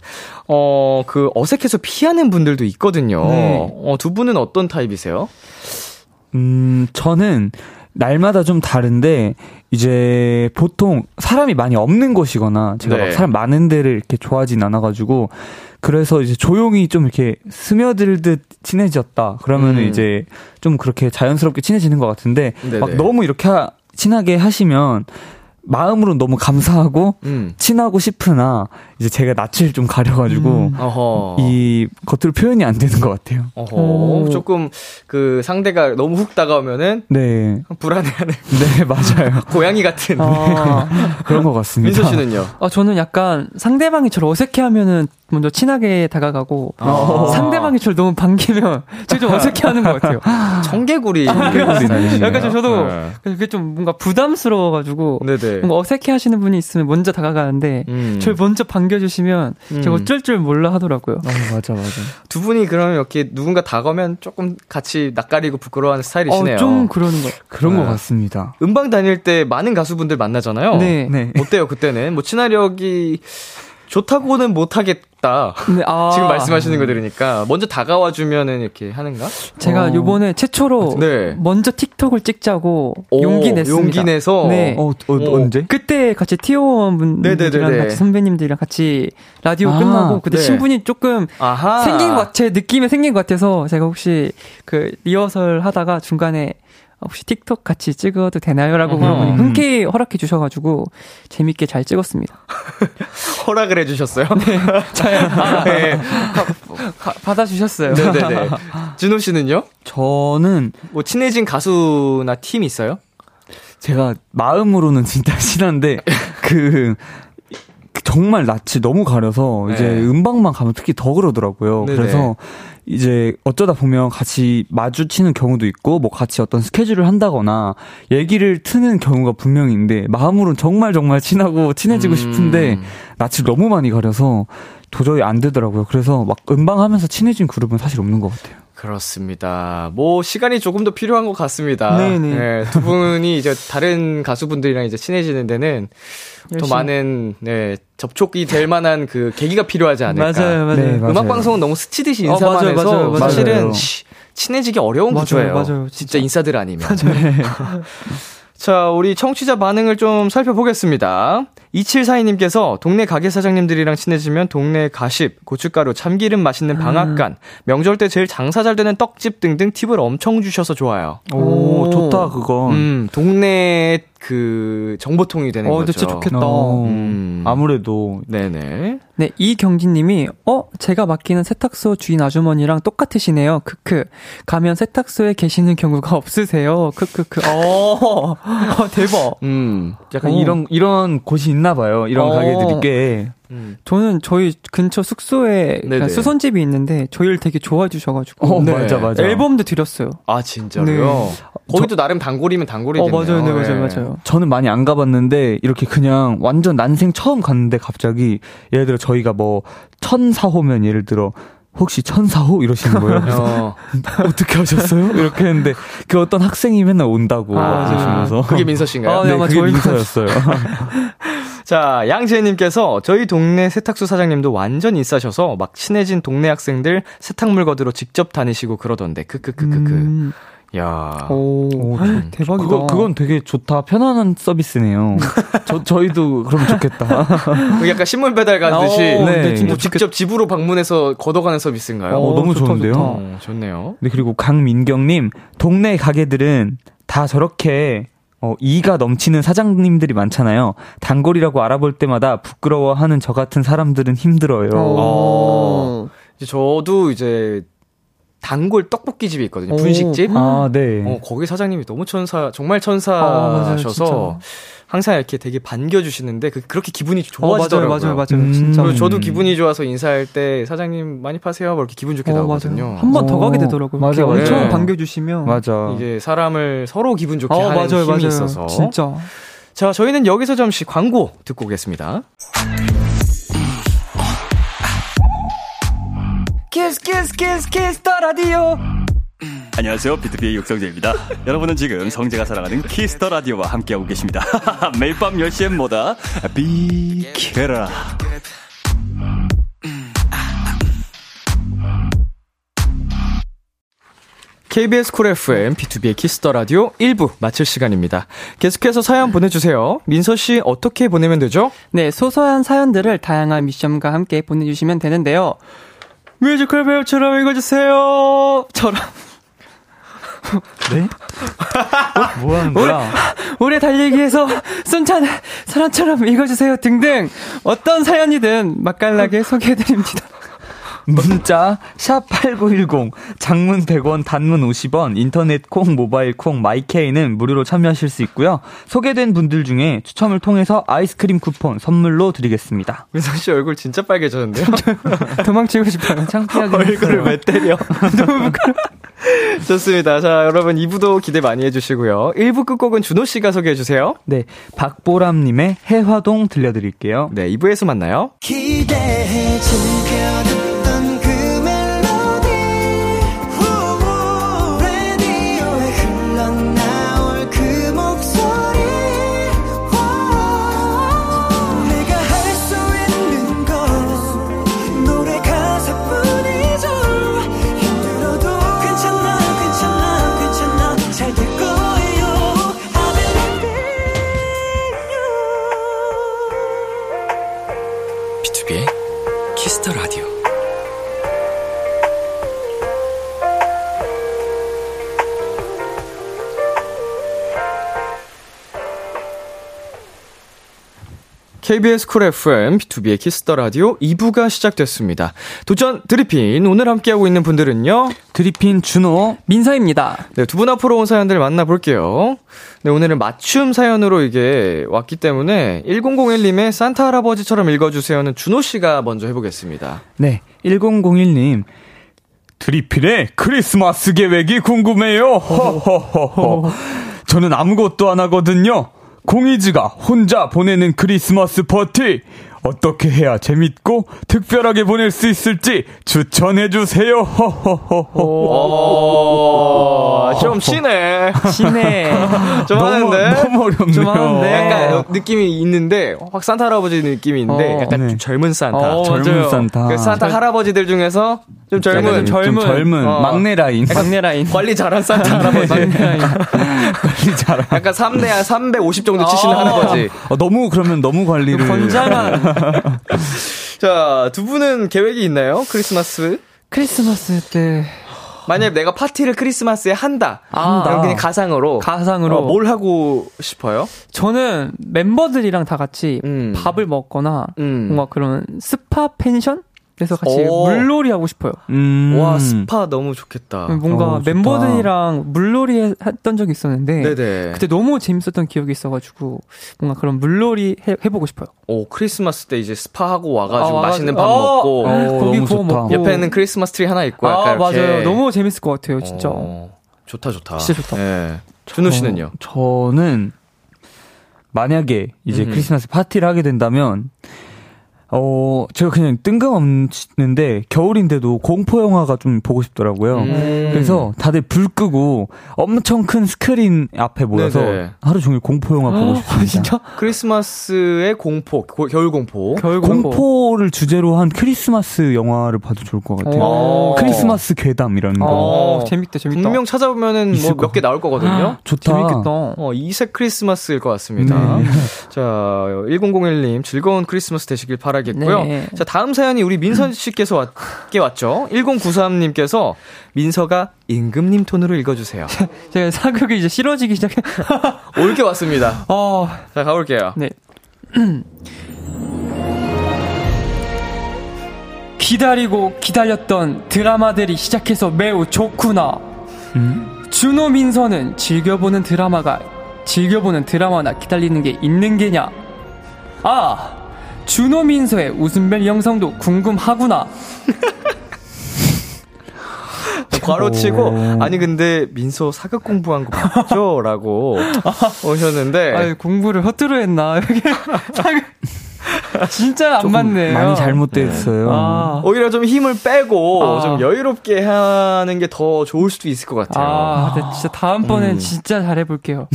S2: 어, 그 어색해서 피하는 분들도 있거든요.
S6: 네.
S2: 어, 두 분은 어떤 타입이세요?
S5: 음, 저는 날마다 좀 다른데 이제 보통 사람이 많이 없는 곳이거나 제가
S2: 네.
S5: 막 사람 많은 데를 이렇게 좋아하진 않아가지고 그래서 이제 조용히 좀 이렇게 스며들듯 친해졌다 그러면
S2: 음.
S5: 은 이제 좀 그렇게 자연스럽게 친해지는 것 같은데
S2: 네네.
S5: 막 너무 이렇게 하- 친하게 하시면 마음으로 너무 감사하고
S2: 음.
S5: 친하고 싶으나 이제 제가 낯을 좀 가려가지고
S2: 음. 어허.
S5: 이 겉으로 표현이 안 되는 것 같아요.
S2: 어허.
S6: 오.
S2: 조금 그 상대가 너무 훅 다가오면은
S5: 네,
S2: 불안해하는
S5: 네 맞아요.
S2: 고양이 같은.
S6: 아,
S5: 그런 것 같습니다.
S2: 민서 씨는요?
S6: 아, 저는 약간 상대방이 저를 어색해하면은 먼저 친하게 다가가고
S2: 아.
S6: 상대방이 저를 너무 반기면 제가 좀 어색해하는 것 같아요.
S2: 청개구리.
S5: 청개구리네요.
S6: 약간 좀 저도
S2: 네.
S6: 그게 좀 뭔가 부담스러워가지고
S2: 네네.
S6: 뭔가 어색해하시는 분이 있으면 먼저 다가가는데
S2: 음.
S6: 저를 먼저 반겨주시면 제가
S2: 음.
S6: 어쩔 줄 몰라 하더라고요.
S5: 아, 맞아, 맞아.
S2: 두 분이 그러면 이렇게 누군가 다가오면 조금 같이 낯가리고 부끄러워하는 스타일이시네요.
S6: 어, 좀 그러는 것 같아요.
S5: 그런
S2: 네.
S5: 것 같습니다.
S2: 음방 다닐 때 많은 가수분들 만나잖아요.
S6: 네.
S5: 네.
S2: 어때요 그때는? 뭐 친화력이 좋다고는 못하겠다.
S6: 근데 아,
S2: 지금 말씀하시는 거 들으니까 먼저 다가와 주면은 이렇게 하는가?
S6: 제가
S5: 어.
S6: 요번에 최초로
S2: 네.
S6: 먼저 틱톡을 찍자고
S2: 오,
S6: 용기 냈습니다.
S2: 용기 내서?
S6: 네.
S5: 어, 어,
S2: 오.
S5: 언제?
S6: 그때 같이 티오원 분들이랑
S2: 네네네네.
S6: 같이 선배님들이랑 같이 라디오
S5: 아,
S6: 끝나고 그때
S2: 네.
S6: 신분이 조금
S2: 아하.
S6: 생긴 것 같, 제 느낌이 생긴 것 같아서 제가 혹시 그 리허설 하다가 중간에 혹시 틱톡 같이 찍어도 되나요라고
S2: 어허.
S6: 물어보니 흔쾌히 허락해 주셔가지고 재밌게 잘 찍었습니다.
S2: 허락을 해주셨어요.
S6: 네. 잘 아,
S2: 네.
S6: 가- 받아주셨어요.
S2: 네네네. 준호 씨는요?
S5: 저는
S2: 뭐 친해진 가수나 팀 있어요?
S5: 제가 마음으로는 진짜 친한데 그 정말 낯이 너무 가려서 이제
S2: 네.
S5: 음방만 가면 특히 더 그러더라고요.
S2: 네네.
S5: 그래서 이제 어쩌다 보면 같이 마주치는 경우도 있고 뭐 같이 어떤 스케줄을 한다거나 얘기를 트는 경우가 분명히 있는데 마음으로는 정말 정말 친하고 친해지고
S2: 음.
S5: 싶은데 낯을 너무 많이 가려서 도저히 안 되더라고요. 그래서 막 음방하면서 친해진 그룹은 사실 없는 것 같아요.
S2: 그렇습니다. 뭐 시간이 조금 더 필요한 것 같습니다.
S6: 네네.
S2: 예, 두 분이 이제 다른 가수분들이랑 이제 친해지는 데는 더
S6: 열심히.
S2: 많은 네, 접촉이 될 만한 그 계기가 필요하지 않을까.
S6: 맞아요, 맞아요.
S5: 네, 맞아요.
S2: 음악 방송은 너무 스치듯이
S6: 어,
S2: 인사만
S6: 맞아요,
S2: 해서
S6: 맞아요, 맞아요.
S2: 사실은
S5: 맞아요.
S2: 치- 친해지기 어려운
S6: 맞아요,
S2: 구조예요.
S6: 맞아요,
S2: 진짜
S6: 진짜.
S2: 인싸들
S6: 네.
S2: 아니면. 자, 우리 청취자 반응을 좀 살펴보겠습니다. 2742님께서 동네 가게 사장님들이랑 친해지면 동네 가십, 고춧가루, 참기름 맛있는 방앗간, 명절 때 제일 장사 잘 되는 떡집 등등 팁을 엄청 주셔서 좋아요.
S5: 오, 좋다, 그거.
S2: 음, 동네 그 정보통이 되는
S8: 어,
S2: 거죠.
S8: 진짜 좋겠다.
S5: 어,
S2: 음.
S5: 아무래도.
S2: 네네.
S6: 네, 이경진님이 어 제가 맡기는 세탁소 주인 아주머니랑 똑같으시네요. 크크. 가면 세탁소에 계시는 경우가 없으세요. 크크크. 어, 대박.
S2: 음.
S5: 약간
S6: 오.
S5: 이런, 이런 곳이 있나 봐요. 이런
S6: 어.
S5: 가게들이 꽤.
S2: 음.
S6: 저는 저희 근처 숙소에 그냥
S2: 네네.
S6: 수선집이 있는데 저희를 되게 좋아해 주셔가지고
S5: 어,
S2: 네.
S5: 맞아, 맞아.
S6: 앨범도 드렸어요.
S2: 아, 진짜로요?
S6: 네.
S2: 거기도 나름 단골이면 단골이겠네요.
S6: 어 맞아요, 네
S2: 예.
S6: 맞아요, 맞아요.
S5: 저는 많이 안 가봤는데 이렇게 그냥 완전 난생 처음 갔는데 갑자기 예를 들어 저희가 뭐 천사호면 예를 들어 혹시 천사호 이러시는 거예요. 그래서
S2: 어,
S5: 어떻게 하셨어요? 이렇게 했는데 그 어떤 학생이 맨날 온다고
S2: 아,
S5: 그러시면서
S2: 그게 민서 씨인가요?
S6: 아,
S5: 네,
S6: 아마
S5: 그게
S6: 저희가-
S5: 민서였어요.
S2: 자, 양재님께서 저희 동네 세탁소 사장님도 완전 인싸셔서 막 친해진 동네 학생들 세탁물 거들어 직접 다니시고 그러던데. 그 크크크크크.
S6: 음, 어.
S2: 야.
S6: 오, 대박이다.
S5: 그거 그건 되게 좋다. 편안한 서비스네요. 저 저희도 그럼 좋겠다.
S2: 그 약간 신문 배달 가듯이
S6: 어,
S5: 네.
S2: 뭐
S5: 진짜
S2: 직접 집으로 방문해서 걷어가는 서비스인가요?
S5: 어, 너무
S6: 좋다,
S5: 좋은데요?
S6: 좋다.
S2: 어, 좋네요.
S5: 네, 그리고 강민경님, 동네 가게들은 다 저렇게 어, 이가 넘치는 사장님들이 많잖아요. 단골이라고 알아볼 때마다 부끄러워하는 저 같은 사람들은 힘들어요.
S6: 오.
S2: 이제 저도 이제 단골 떡볶이 집이 있거든요.
S6: 오.
S2: 분식집.
S5: 아, 네.
S2: 어, 거기 사장님이 너무 천사, 정말
S6: 아, 맞아요,
S2: 천사셔서
S6: 진짜.
S2: 항상 이렇게 되게 반겨주시는데 그, 그렇게 기분이
S6: 어, 맞아요,
S2: 좋아지더라고요.
S6: 맞아요, 맞아요.
S5: 음.
S2: 그리고
S6: 진짜.
S2: 뭐 저도 기분이 좋아서 인사할 때 사장님 많이 파세요. 막 이렇게 기분 좋게 나오거든요.
S6: 한 번 더
S5: 어,
S6: 가게 되더라고요.
S5: 맞아요,
S6: 이렇게
S2: 맞아요.
S6: 엄청
S2: 네.
S6: 반겨주시면.
S5: 맞아.
S2: 어, 이게 사람을 서로 기분 좋게
S6: 어,
S2: 하는
S6: 맞아요,
S2: 힘이
S6: 맞아요.
S2: 있어서.
S6: 진짜.
S2: 자, 저희는 여기서 잠시 광고 듣고 오겠습니다.
S6: 키스 키스 키스 키스 더 라디오.
S9: 안녕하세요. 비트비의 육성재입니다. 여러분은 지금 성재가 사랑하는 키스터 라디오와 함께하고 계십니다. 매일 밤 10시엔 뭐다? 비케라.
S2: KBS 쿨 FM, B2B의 키스터 라디오 1부 마칠 시간입니다. 계속해서 사연 보내주세요. 민서 씨 어떻게 보내면 되죠?
S6: 네, 소소한 사연들을 다양한 미션과 함께 보내주시면 되는데요. 뮤지컬 배우처럼 읽어주세요. 처럼.
S5: 네? 뭐 하는 거야?
S6: 올해 달리기에서 순찬 사람처럼 읽어주세요 등등 어떤 사연이든 맛깔나게 소개해드립니다.
S5: 문자 샵8910 장문 100원 단문 50원 인터넷 콩 모바일 콩 마이케이는 무료로 참여하실 수 있고요. 소개된 분들 중에 추첨을 통해서 아이스크림 쿠폰 선물로 드리겠습니다.
S2: 민서 씨 얼굴 진짜 빨개졌는데요?
S6: 도망치고 싶어요. 창피하게.
S2: 얼굴을 왜 때려? 좋습니다. 자, 여러분 2부도 기대 많이 해주시고요. 1부 끝곡은 준호 씨가 소개해주세요.
S5: 네, 박보람님의 해화동 들려드릴게요.
S2: 네, 2부에서 만나요.
S3: 기대해 즐겨 듣던 그 멜로디 후, 라디오에 흘러나올 그 목소리 와, 내가 할 수 있는 건 노래 가사뿐이죠 힘들어도 괜찮아 괜찮아 괜찮아 잘 될 거예요 I believe in you
S8: B2B의 키스터 라디오.
S2: KBS 쿨 FM, B2B의 키스터 라디오 2부가 시작됐습니다. 도전 드리핀, 오늘 함께하고 있는 분들은요.
S5: 드리핀 준호
S6: 민서입니다.
S2: 네, 두 분 앞으로 온 사연들 만나볼게요. 네, 오늘은 맞춤 사연으로 이게 왔기 때문에 1001님의 산타 할아버지처럼 읽어주세요는 준호씨가 먼저 해보겠습니다.
S5: 네, 1001님. 드리핀의 크리스마스 계획이 궁금해요. 허허허허. 저는 아무것도 안 하거든요. 공이즈가 혼자 보내는 크리스마스 파티. 어떻게 해야 재밌고 특별하게 보낼 수 있을지 추천해주세요. 허허허허.
S2: 오, 좀 치네.
S6: 신혜.
S2: 좀 하는데.
S5: 너무 어렵네요.
S6: 좀 하는데.
S2: 약간 느낌이 있는데, 확 산타 할아버지 느낌이 있는데,
S6: 어.
S2: 약간
S5: 네.
S2: 좀 젊은 산타.
S6: 어,
S5: 젊은
S6: 맞아요.
S5: 산타.
S2: 그 산타 할아버지들 중에서 좀 젊은.
S5: 약간 좀
S6: 젊은.
S5: 젊은
S6: 어.
S5: 막내 라인
S6: 막내 라인.
S2: 관리 잘한 산타 할아버지.
S6: 그러니까
S5: 관리 잘하
S6: 약간 3대 한 350 정도 치시는
S2: 아.
S6: 할아버지.
S5: 어, 너무 그러면 너무 관리를
S6: 건장한
S2: 자, 두 분은 계획이 있나요? 크리스마스?
S6: 크리스마스 때
S2: 만약 내가 파티를 크리스마스에 한다.
S6: 아.
S2: 그럼 그냥 가상으로.
S6: 가상으로
S2: 어, 뭘 하고 싶어요?
S6: 저는 멤버들이랑 다 같이
S2: 음.
S6: 밥을 먹거나
S2: 음.
S6: 뭔가 그런 스파 펜션? 그래서 같이
S2: 오.
S6: 물놀이 하고 싶어요.
S5: 음.
S2: 와, 스파 너무 아. 좋겠다.
S6: 뭔가
S5: 어, 좋다.
S6: 멤버들이랑 물놀이 해- 했던 적이 있었는데
S2: 네네.
S6: 그때 너무 재밌었던 기억이 있어가지고 뭔가 그런 물놀이 해, 해보고 싶어요.
S2: 오, 크리스마스 때 이제 스파하고 와가지고
S6: 아,
S2: 맛있는 밥
S6: 와가지고- 어!
S2: 먹고.
S5: 어,
S6: 고기
S5: 너무
S6: 구워
S5: 좋다.
S6: 먹고
S2: 옆에는 크리스마스 트리 하나 있고.
S6: 아
S2: 약간 이렇게.
S6: 맞아요. 너무 재밌을 것 같아요. 진짜.
S2: 어, 좋다, 좋다.
S6: 진짜 좋다.
S2: 예. 준호 씨는요?
S5: 어, 저는 만약에 이제
S2: 음.
S5: 크리스마스 파티를 하게 된다면 어 제가 그냥 뜬금없는데 겨울인데도 공포 영화가 좀 보고 싶더라고요.
S2: 음.
S5: 그래서 다들 불 끄고 엄청 큰 스크린 앞에 모여서
S2: 네네.
S5: 하루 종일 공포 영화 보고 싶습니다.
S6: 아, 진짜?
S2: 크리스마스의 공포, 고- 겨울 공포.
S6: 어. 겨울 공포.
S5: 공포를 주제로 한 크리스마스 영화를 봐도 좋을 것 같아요.
S2: 오.
S5: 크리스마스 괴담 이런 거.
S2: 어.
S6: 어, 재밌다 재밌다. 아.
S2: 분명 찾아보면은 뭐
S5: 있을
S2: 몇 개 나올 거거든요.
S5: 좋다.
S6: 재밌겠다.
S2: 어, 이색 크리스마스일 것 같습니다.
S5: 네.
S2: 자, 1001님, 즐거운 크리스마스 되시길 바라겠고요.
S6: 네.
S2: 자, 다음 사연이 우리 민선 씨께서 왔게 왔죠. 1093님께서 민서가 임금님 톤으로 읽어주세요.
S6: 제가 사극이 이제 싫어지기 시작해.
S2: 올게 왔습니다.
S6: 어,
S2: 자, 가볼게요.
S6: 네. 기다리고 기다렸던 드라마들이 시작해서 매우 좋구나.
S5: 음.
S6: 준호 민서는 즐겨보는 드라마가 즐겨보는 드라마나 기다리는 게 있는 게냐? 아, 준호 민서의 웃음벨 영상도 궁금하구나. 네.
S2: 괄호 치고, 아니, 근데 민서 사극 공부한 거 맞죠? 라고 오셨는데.
S6: 아유, 공부를 허투루 했나? 여기 사극- 진짜 안 맞네요.
S5: 많이 잘못됐어요. 음.
S6: 아,
S2: 오히려 좀 힘을 빼고
S6: 아.
S2: 좀 여유롭게 하는 게 더 좋을 수도 있을 것 같아요.
S6: 아, 네, 진짜 다음번엔 진짜 잘해볼게요.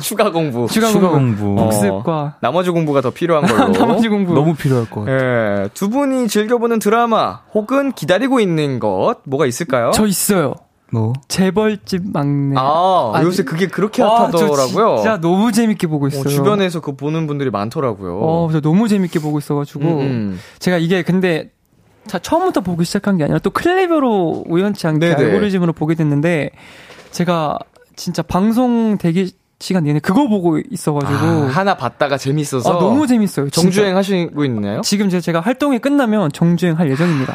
S2: 추가 공부.
S6: 추가
S5: 추가
S6: 공부.
S5: 공부.
S2: 어.
S6: 복습과
S2: 나머지 공부가 더 필요한 걸로.
S6: 나머지 공부.
S5: 너무 필요할 것 같아요.
S2: 예, 두 분이 즐겨보는 드라마 혹은 기다리고 있는 것 뭐가 있을까요?
S6: 저 있어요.
S5: 뭐?
S6: 재벌집 막내.
S2: 아,
S6: 아니,
S2: 요새 그게 그렇게
S6: 와, 저
S2: 핫하더라고요.
S6: 진짜 너무 재밌게 보고
S2: 어,
S6: 있어요.
S2: 주변에서 그거 보는 분들이 많더라고요.
S6: 어, 저 너무 재밌게 보고 있어가지고
S2: 음, 음.
S6: 제가 이게 근데 자, 처음부터 보기 시작한 게 아니라 또 클레이버로 우연치
S2: 네네.
S6: 않게 알고리즘으로 보게 됐는데 제가 진짜 방송 대기 시간 내내 그거 보고 있어가지고
S2: 아, 하나 봤다가 재밌어서
S6: 아, 너무 재밌어요. 진짜.
S2: 정주행 하시고 있나요?
S6: 지금 제- 제가 활동이 끝나면 정주행 할 예정입니다.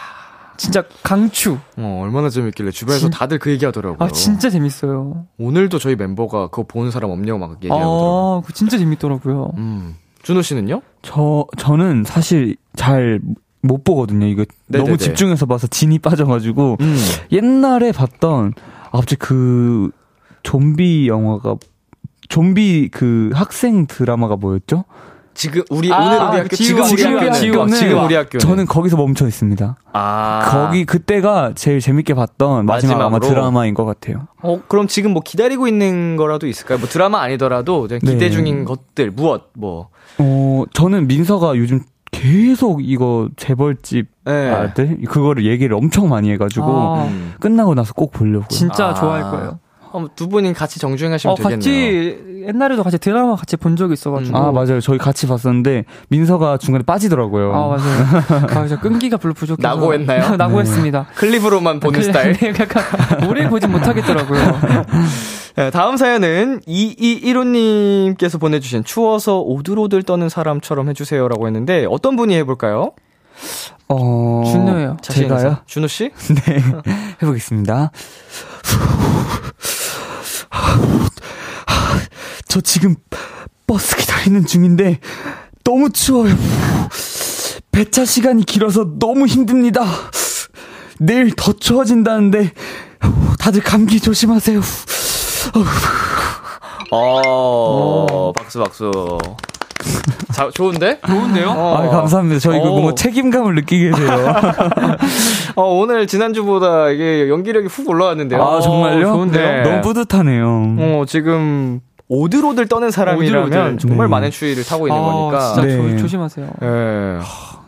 S6: 진짜 강추.
S2: 어, 얼마나 재밌길래 주변에서
S6: 진-
S2: 다들 그 얘기하더라고요.
S6: 아 진짜 재밌어요.
S2: 오늘도 저희 멤버가 그거 보는 사람 없냐고 막 얘기하더라고요.
S6: 아, 그 진짜 재밌더라고요.
S2: 음. 준호 씨는요?
S5: 저 저는 사실 잘 못 보거든요. 이거
S2: 네네네.
S5: 너무 집중해서 봐서 진이 빠져가지고
S6: 음.
S5: 옛날에 봤던 아, 갑자기 그 좀비 영화가 좀비 그 학생 드라마가 뭐였죠?
S2: 지금 우리
S6: 아,
S2: 오늘 우리
S6: 아,
S2: 학교
S6: 지금
S2: 지금
S6: 우리
S2: 우리 학교
S6: 학교는-
S2: 지금, 지금 우리 학교
S5: 저는 거기서 멈춰 있습니다.
S2: 아
S5: 거기 그때가 제일 재밌게 봤던 마지막 아마
S2: 마지막으로?
S5: 드라마인 것 같아요.
S2: 어, 그럼 지금 뭐 기다리고 있는 거라도 있을까요? 뭐 드라마 아니더라도 그냥 기대
S5: 네.
S2: 중인 것들 무엇 뭐.
S5: 어 저는 민서가 요즘 계속 이거 재벌집
S2: 예.
S5: 아들 네? 그거를 얘기를 엄청 많이 해가지고
S6: 네. 아,
S2: 음.
S5: 끝나고 나서 꼭 보려고요.
S6: 진짜
S2: 아.
S6: 좋아할 거예요.
S2: 한번 두 분이 같이 정주행하시면
S6: 어,
S2: 되겠네요. 음.
S6: 같이 옛날에도 같이 드라마 같이 본 적이 있어가지고.
S5: 아 맞아요. 저희 같이 봤었는데 민서가 중간에 빠지더라고요.
S6: 아, 맞아요. 아, 저 끈기가 별로 부족해서
S2: 나고했나요?
S6: 나고했습니다.
S2: 클립으로만 보는
S6: 그-
S2: 스타일.
S6: 네, 약간 오래 보진 못하겠더라고요.
S2: 네, 다음 사연은 2215님께서 보내주신 추워서 오들오들 떠는 사람처럼 해주세요라고 했는데 어떤 분이 해볼까요?
S5: 어,
S6: 준호예요.
S2: 자신 있는
S5: 제가요?
S2: 사람. 준호 씨?
S5: 네. 해보겠습니다. 저 지금 버스 기다리는 중인데 너무 추워요. 배차 시간이 길어서 너무 힘듭니다. 내일 더 추워진다는데 다들 감기 조심하세요.
S2: 어, 박수 박수. 자, 좋은데? 좋은데요?
S5: 아, 감사합니다. 저 이거
S2: 어.
S5: 뭔가 책임감을 느끼게 해줘요.
S2: 어, 오늘 지난주보다 이게 연기력이 훅 올라왔는데요.
S5: 아, 정말요?
S2: 어, 좋은데요?
S5: 너무 뿌듯하네요.
S2: 어, 지금 오들오들 떠는 사람이라면
S6: 오들오들.
S2: 정말
S5: 네.
S2: 많은 추위를 타고 있는 거니까.
S6: 아, 진짜
S5: 네.
S6: 조, 조심하세요.
S2: 예.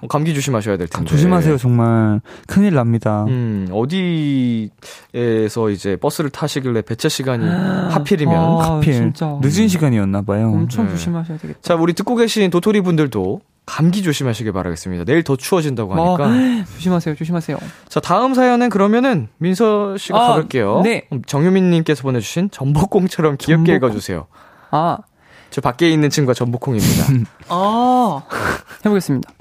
S2: 감기 조심하셔야 될 텐데.
S5: 조심하세요 정말 큰일 납니다.
S2: 네. 음, 어디에서 이제 버스를 타시길래 배차 시간이 하필이면.
S6: 아,
S5: 하필
S6: 진짜.
S5: 늦은 시간이었나 봐요.
S6: 엄청
S2: 네.
S6: 조심하셔야 되겠다.
S2: 자, 우리 듣고 계신 도토리 분들도 감기 조심하시길 바라겠습니다. 내일 더 추워진다고 하니까.
S6: 아, 조심하세요, 조심하세요.
S2: 자, 다음 사연은 그러면은 민서 씨가
S6: 아,
S2: 가볼게요. 음,
S6: 네.
S2: 정유민 님께서 보내주신 전복콩처럼 귀엽게 읽어주세요.
S6: 아,
S2: 저 밖에 있는 친구가 전복콩입니다.
S6: 아. 해보겠습니다.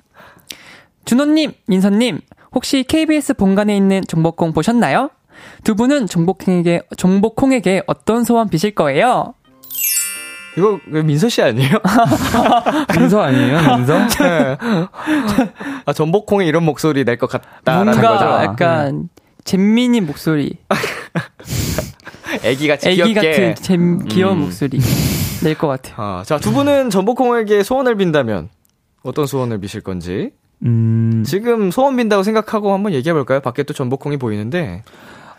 S6: 준호님, 인선님, 혹시 KBS 본관에 있는 정복콩 보셨나요? 두 분은 정복콩에게, 정복콩에게 어떤 소원 비실 거예요?
S2: 이거 그 민서 씨 아니에요?
S5: 민서 아니에요 민서?
S2: 네. 아, 전복콩이 이런 목소리 낼 것 같다라는
S6: 뭔가
S2: 거죠. 네.
S6: 약간, 잼민이 목소리.
S2: 애기같이
S6: 애기
S2: 귀엽게. 음.
S6: 같은 잼, 귀여운 목소리. 낼 것 같아요.
S2: 아, 자, 두 분은 전복콩에게 소원을 빈다면 어떤 소원을 비실 건지
S5: 음,
S2: 지금 소원 빈다고 생각하고 한번 얘기해 볼까요? 밖에 또 전복콩이 보이는데.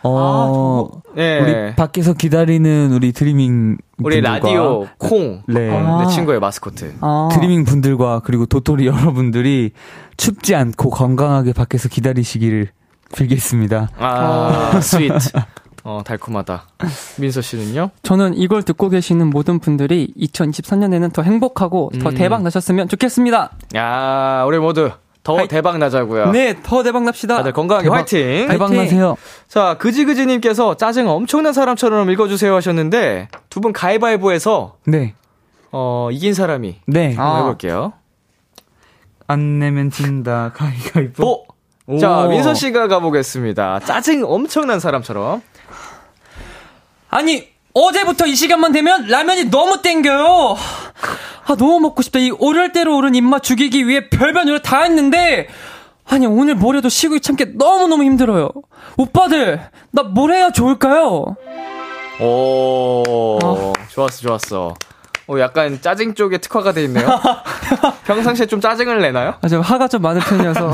S5: 어,
S2: 아, 네.
S5: 우리 밖에서 기다리는 우리 드리밍
S2: 우리
S5: 분들과
S2: 라디오 어. 콩.
S5: 네.
S2: 어,
S6: 아.
S2: 내 친구의 마스코트.
S6: 아.
S5: 드리밍 분들과 그리고 도토리 여러분들이 춥지 않고 건강하게 밖에서 기다리시기를 빌겠습니다.
S2: 아, 스윗. 어, 달콤하다. 민서 씨는요?
S6: 저는 이걸 듣고 계시는 모든 분들이 2023년에는 더 행복하고 더
S2: 음.
S6: 대박 나셨으면 좋겠습니다.
S2: 야, 우리 모두 더
S6: 화이-
S2: 대박 나자고요.
S6: 네, 더 대박 납시다.
S2: 다들 건강하게
S5: 아, 대박.
S2: 화이팅.
S5: 대박
S6: 화이팅!
S5: 나세요.
S2: 자, 그지그지님께서 짜증 엄청난 사람처럼 읽어주세요 하셨는데 두 분 가위바위보해서
S5: 네,
S2: 어, 이긴 사람이
S5: 네.
S2: 한번 해볼게요.
S5: 안 내면 진다. 가위가위보.
S2: 보. 자,
S5: 오.
S2: 민서 씨가 가보겠습니다. 짜증 엄청난 사람처럼.
S6: 아니 어제부터 이 시간만 되면 라면이 너무 땡겨요. 아 너무 먹고 싶다. 이 오를 대로 오른 입맛 죽이기 위해 별별 노력 다 했는데 아니 오늘 모레도 쉬고 참기 너무 너무 힘들어요. 오빠들 나 뭘 해야 좋을까요?
S2: 오, 좋았어, 좋았어. 어, 약간 짜증 쪽에 특화가 돼 있네요. 평상시에 좀 짜증을 내나요?
S6: 아 제가 화가 좀 많은 편이어서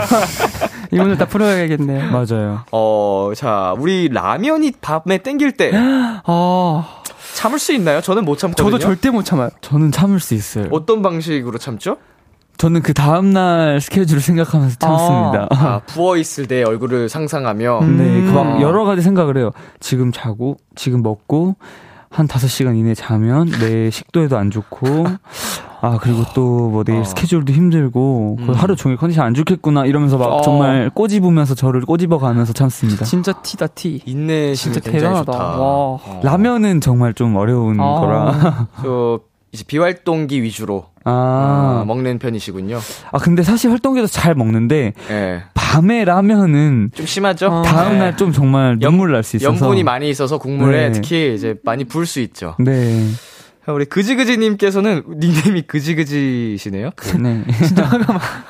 S6: 이 오늘 다 풀어야겠네요.
S5: 맞아요.
S2: 어, 자, 우리 라면이 밤에 땡길 때
S6: 아
S2: 참을 수 있나요? 저는 못 참거든요.
S6: 저도 절대 못 참아요.
S5: 저는 참을 수 있어요.
S2: 어떤 방식으로 참죠?
S5: 저는 그 다음날 스케줄을 생각하면서 참습니다.
S2: 아, 부어 있을 때 얼굴을 상상하며
S5: 네, 그 막
S2: 음.
S5: 여러 가지 생각을 해요. 지금 자고, 지금 먹고, 한 5시간 이내 자면 내 식도에도 안 좋고, 아, 그리고 또 뭐 내일
S2: 어. 음.
S5: 스케줄도 힘들고, 그 하루 종일 컨디션 안 좋겠구나 이러면서 막
S2: 어.
S5: 정말 꼬집으면서 저를 꼬집어 가면서 참습니다.
S6: 진짜 티다 티.
S2: 인내심이
S6: 진짜
S2: 굉장히
S6: 대단하다.
S2: 좋다.
S6: 와.
S2: 어.
S5: 라면은 정말 좀 어려운
S6: 아.
S5: 거라.
S2: 저 이제 비활동기 위주로 아,
S5: 아,
S2: 먹는 편이시군요.
S5: 아, 근데 사실 활동기도 잘 먹는데,
S2: 예.
S5: 밤에 라면은
S2: 좀 심하죠?
S6: 어.
S5: 다음날 좀 정말 눈물 날
S2: 네.
S5: 수 있어서.
S2: 염분이 많이 있어서 국물에
S5: 네.
S2: 특히 이제 많이 부을 수 있죠.
S5: 네.
S2: 우리 그지그지님께서는 닉네임이 그지그지시네요.
S5: 네.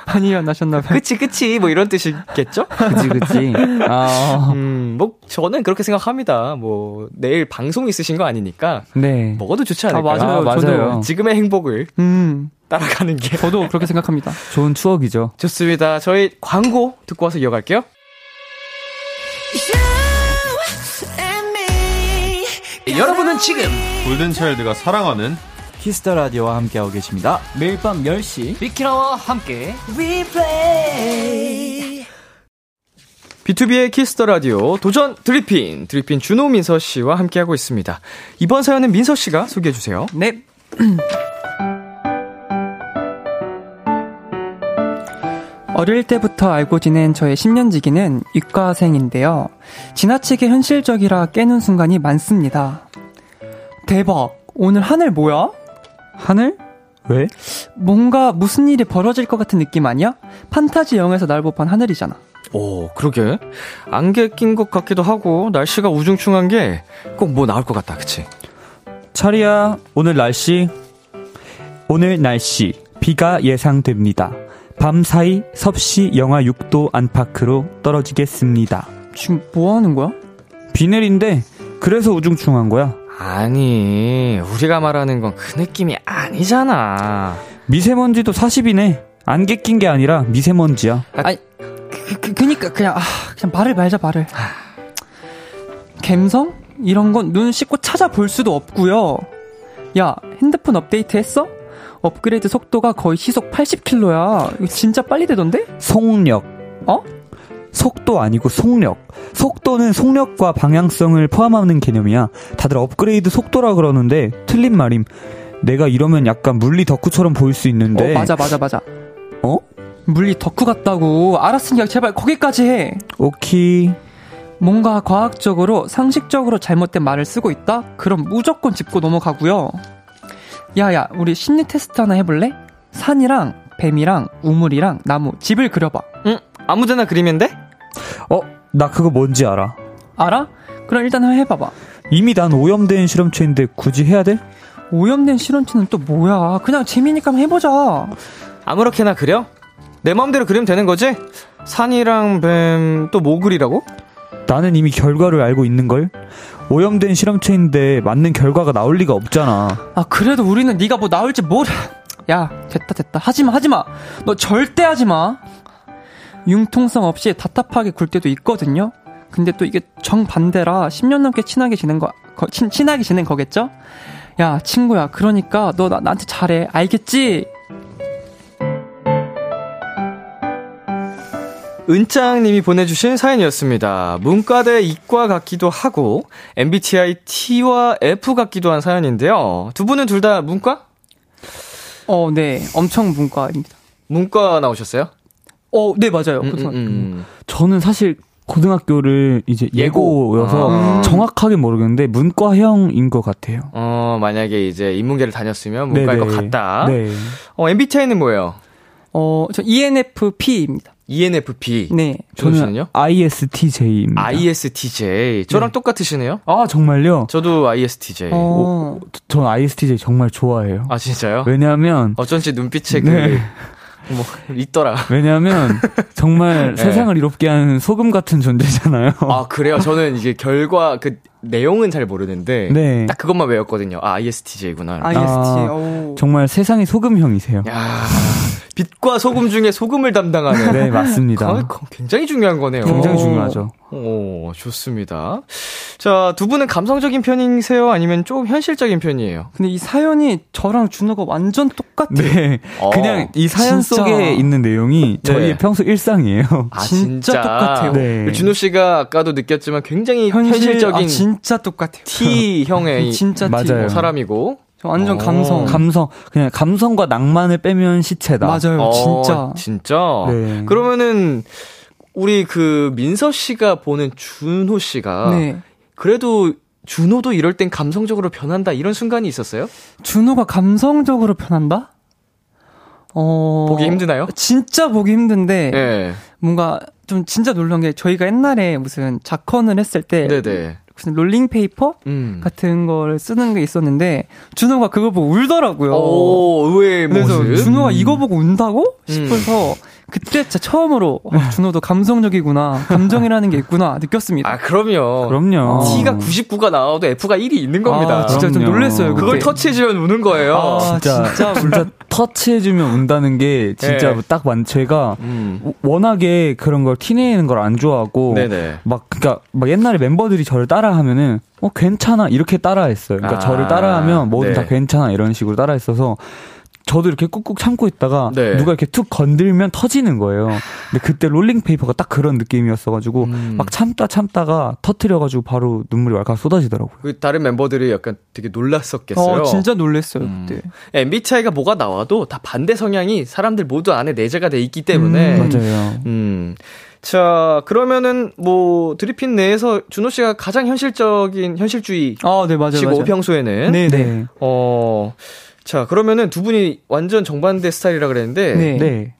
S6: 많이 나셨나봐요.
S2: 그치 그치 뭐 이런 뜻이겠죠?
S5: 그지, 그지. 아,
S2: 음, 뭐 저는 그렇게 생각합니다. 뭐 내일 방송 있으신 거 아니니까
S5: 네.
S2: 먹어도 좋지
S6: 아
S2: 않을까요?
S6: 맞아요.
S5: 아, 맞아요.
S6: 저도
S2: 지금의 행복을
S6: 음
S2: 따라가는 게
S6: 저도 그렇게 생각합니다.
S5: 좋은 추억이죠.
S2: 좋습니다. 저희 광고 듣고 와서 이어갈게요. 여러분은 지금
S10: 골든차일드가 사랑하는
S11: 키스터 라디오와 함께하고 계십니다. 매일 밤 10시
S6: 비키라와 함께
S2: B2B의 키스터 라디오 도전 드리핀 드리핀 준호 민서 씨와 함께하고 있습니다. 이번 사연은 민서 씨가 소개해 주세요.
S6: 네. 어릴 때부터 알고 지낸 저의 10년지기는 이과생인데요. 지나치게 현실적이라 깨는 순간이 많습니다. 대박! 오늘 하늘 뭐야? 하늘?
S5: 왜?
S6: 뭔가 무슨 일이 벌어질 것 같은 느낌 아니야? 판타지 영화에서 날 법한 하늘이잖아.
S2: 오, 그러게 안개 낀 것 같기도 하고 날씨가 우중충한 게 꼭 뭐 나올 것 같다, 그치?
S5: 차리야, 오늘 날씨? 오늘 날씨, 비가 예상됩니다. 밤 사이 섭씨 영하 6도 안팎으로 떨어지겠습니다.
S6: 지금 뭐 하는 거야?
S5: 비 내린데, 그래서 우중충한 거야.
S2: 아니, 우리가 말하는 건 그 느낌이 아니잖아.
S5: 미세먼지도 40이네. 안개 낀 게 아니라 미세먼지야.
S6: 그, 그, 그니까 그냥 아, 그냥 말을 말자 말을. 갬성 이런 건 눈 씻고 찾아볼 수도 없고요. 야, 핸드폰 업데이트 했어? 업그레이드 속도가 거의 시속 80킬로야. 이거 진짜 빨리 되던데?
S5: 속력.
S6: 어?
S5: 속도 아니고 속력. 속도는 속력과 방향성을 포함하는 개념이야. 다들 업그레이드 속도라 그러는데 틀린 말임. 내가 이러면 약간 물리 덕후처럼 보일 수 있는데.
S6: 어, 맞아, 맞아, 맞아.
S5: 어?
S6: 물리 덕후 같다고. 알았으니까 제발 거기까지 해.
S5: 오키.
S6: 뭔가 과학적으로 상식적으로 잘못된 말을 쓰고 있다? 그럼 무조건 짚고 넘어가고요. 야야, 우리 심리 테스트 하나 해볼래? 산이랑 뱀이랑 우물이랑 나무 집을 그려봐.
S2: 응? 아무데나 그리면 돼?
S5: 어, 나 그거 뭔지 알아.
S6: 알아? 그럼 일단 한번 해봐봐.
S5: 이미 난 오염된 실험체인데 굳이 해야 돼?
S6: 오염된 실험체는 또 뭐야? 그냥 재미니까 한번 해보자.
S2: 아무렇게나 그려? 내 마음대로 그리면 되는 거지? 산이랑 뱀 또 뭐 그리라고?
S5: 나는 이미 결과를 알고 있는걸? 오염된 실험체인데 맞는 결과가 나올 리가 없잖아.
S6: 아 그래도 우리는 네가 뭐 나올지 모르. 야 됐다 됐다 하지마 하지마. 너 절대 하지마. 융통성 없이 답답하게 굴 때도 있거든요. 근데 또 이게 정반대라 10년 넘게 친하게 지낸 거 거- 친, 친하게 지낸 거겠죠? 야 친구야 그러니까 너 나, 나한테 잘해 알겠지?
S2: 은짱님이 보내주신 사연이었습니다. 문과대 이과 같기도 하고 MBTI T와 F 같기도 한 사연인데요. 두 분은 둘 다 문과?
S6: 어 네 엄청 문과입니다.
S2: 문과 나오셨어요?
S6: 어 네 맞아요.
S2: 음,
S6: 그래서
S2: 음, 음.
S5: 저는 사실 고등학교를 이제
S2: 예고.
S5: 예고여서
S2: 아.
S5: 정확하게 모르겠는데 문과형인 것 같아요.
S2: 어 만약에 이제 인문계를 다녔으면 문과일
S5: 네네.
S2: 것 같다.
S5: 네.
S2: 어 MBTI는 뭐예요? E
S6: 어저 E ENFP입니다.
S2: ENFP.
S6: 네.
S2: 저는
S5: 저는 아, ISTJ입니다.
S2: E ISTJ. 저랑 똑같으시네요.
S5: 아 정말요?
S2: 저도 E ISTJ.
S6: 어,
S5: 전 ISTJ 정말 좋아해요.
S2: 아 진짜요?
S5: 왜냐하면
S2: 어쩐지 눈빛에 그
S5: 네.
S2: 그뭐 있더라.
S5: 왜냐하면 정말
S2: 네.
S5: 세상을 이롭게 하는 소금 같은 존재잖아요.
S2: 아 그래요? 저는 이게 결과 그 내용은 잘 모르는데
S5: 네.
S2: 딱 그것만 외웠거든요. 아 ISTJ구나. 아.
S6: IST. 어.
S5: 정말 세상의 소금형이세요.
S2: 야 빛과 소금 중에 소금을 담당하는.
S5: 네
S2: 거-
S5: 맞습니다.
S2: 거- 굉장히 중요한 거네요.
S5: 굉장히
S6: 어.
S5: 중요하죠.
S2: 오, 좋습니다. 자, 두 분은 감성적인 편이세요? 아니면 조금 현실적인 편이에요?
S6: 근데 이 사연이 저랑 준호가 완전 똑같아. 요
S5: 네,
S2: 어. 네.
S5: 그냥 이 사연
S6: 진짜.
S5: 속에 있는 내용이 저희의 평소 일상이에요.
S2: 아,
S6: 진짜 똑같아요.
S5: 네.
S2: 준호 씨가 아까도 느꼈지만 굉장히 현실적인
S6: 아, 진짜 똑같아요.
S2: T형의 뭐
S6: 진짜 T.
S5: 맞아요.
S2: 사람이고.
S6: 저 완전
S2: 어.
S6: 감성.
S5: 감성 그냥 감성과 낭만을 빼면 시체다.
S6: 맞아요,
S2: 어,
S6: 진짜.
S2: 진짜?
S5: 네.
S2: 그러면은, 우리 그 민서 씨가 보는 준호 씨가
S6: 네.
S2: 그래도 준호도 이럴 땐 감성적으로 변한다 이런 순간이 있었어요?
S6: 준호가 감성적으로 편한다? 어.
S2: 보기 힘드나요?
S6: 진짜 보기 힘든데,
S2: 예. 네.
S6: 뭔가 좀 진짜 놀란 게 저희가 옛날에 무슨 작헌을 했을 때,
S2: 네네.
S6: 무슨 롤링페이퍼?
S2: 음.
S6: 같은 걸 쓰는 게 있었는데, 준호가 그거 보고 울더라고요.
S2: 오, 의외의 뭐
S6: 그래서
S2: 모습.
S6: 준호가 이거 보고 운다고 싶어서 그때 진짜 처음으로 아, 준호도 감성적이구나 감정이라는 게 있구나 느꼈습니다.
S2: 아, 그럼요.
S5: 그럼요.
S2: T가 99가 나와도 F가 1이 있는 겁니다.
S6: 아, 진짜 좀
S5: 그럼요.
S6: 놀랬어요.
S2: 그걸
S6: 그때.
S2: 터치해주면 우는 거예요.
S6: 아,
S5: 진짜
S6: 진짜
S5: 진짜 터치해주면 운다는 게 진짜
S2: 네.
S5: 딱 완체가
S2: 음.
S5: 워낙에 그런 걸 티내는 걸 안 좋아하고
S2: 네네.
S5: 막 그러니까 막 옛날에 멤버들이 저를 따라하면은 어 괜찮아 이렇게 따라했어요. 그러니까
S2: 아,
S5: 저를 따라하면 뭐든
S2: 네.
S5: 다 괜찮아 이런 식으로 따라했어서 저도 이렇게 꾹꾹 참고 있다가
S2: 네.
S5: 누가 이렇게 툭 건들면 터지는 거예요. 근데 그때 롤링페이퍼가 딱 그런 느낌이었어가지고
S2: 음.
S5: 막 참다 참다가 터트려가지고 바로 눈물이 왈칵 쏟아지더라고요.
S2: 그 다른 멤버들이 약간 되게 놀랐었겠어요.
S6: 어, 진짜 놀랬어요
S2: 음.
S6: 그때.
S2: MBTI가 뭐가 나와도 다 반대 성향이 사람들 모두 안에 내재가 돼 있기 때문에.
S6: 음.
S5: 맞아요.
S2: 음. 자, 그러면은 뭐 드리핀 내에서 준호 씨가 가장 현실적인 현실주의
S6: 아, 네 맞아요.
S2: 시고
S6: 맞아요.
S2: 평소에는
S6: 네, 네.
S5: 네.
S2: 어. 자, 그러면은 두 분이 완전 정반대 스타일이라 그랬는데
S6: 네.
S5: 네.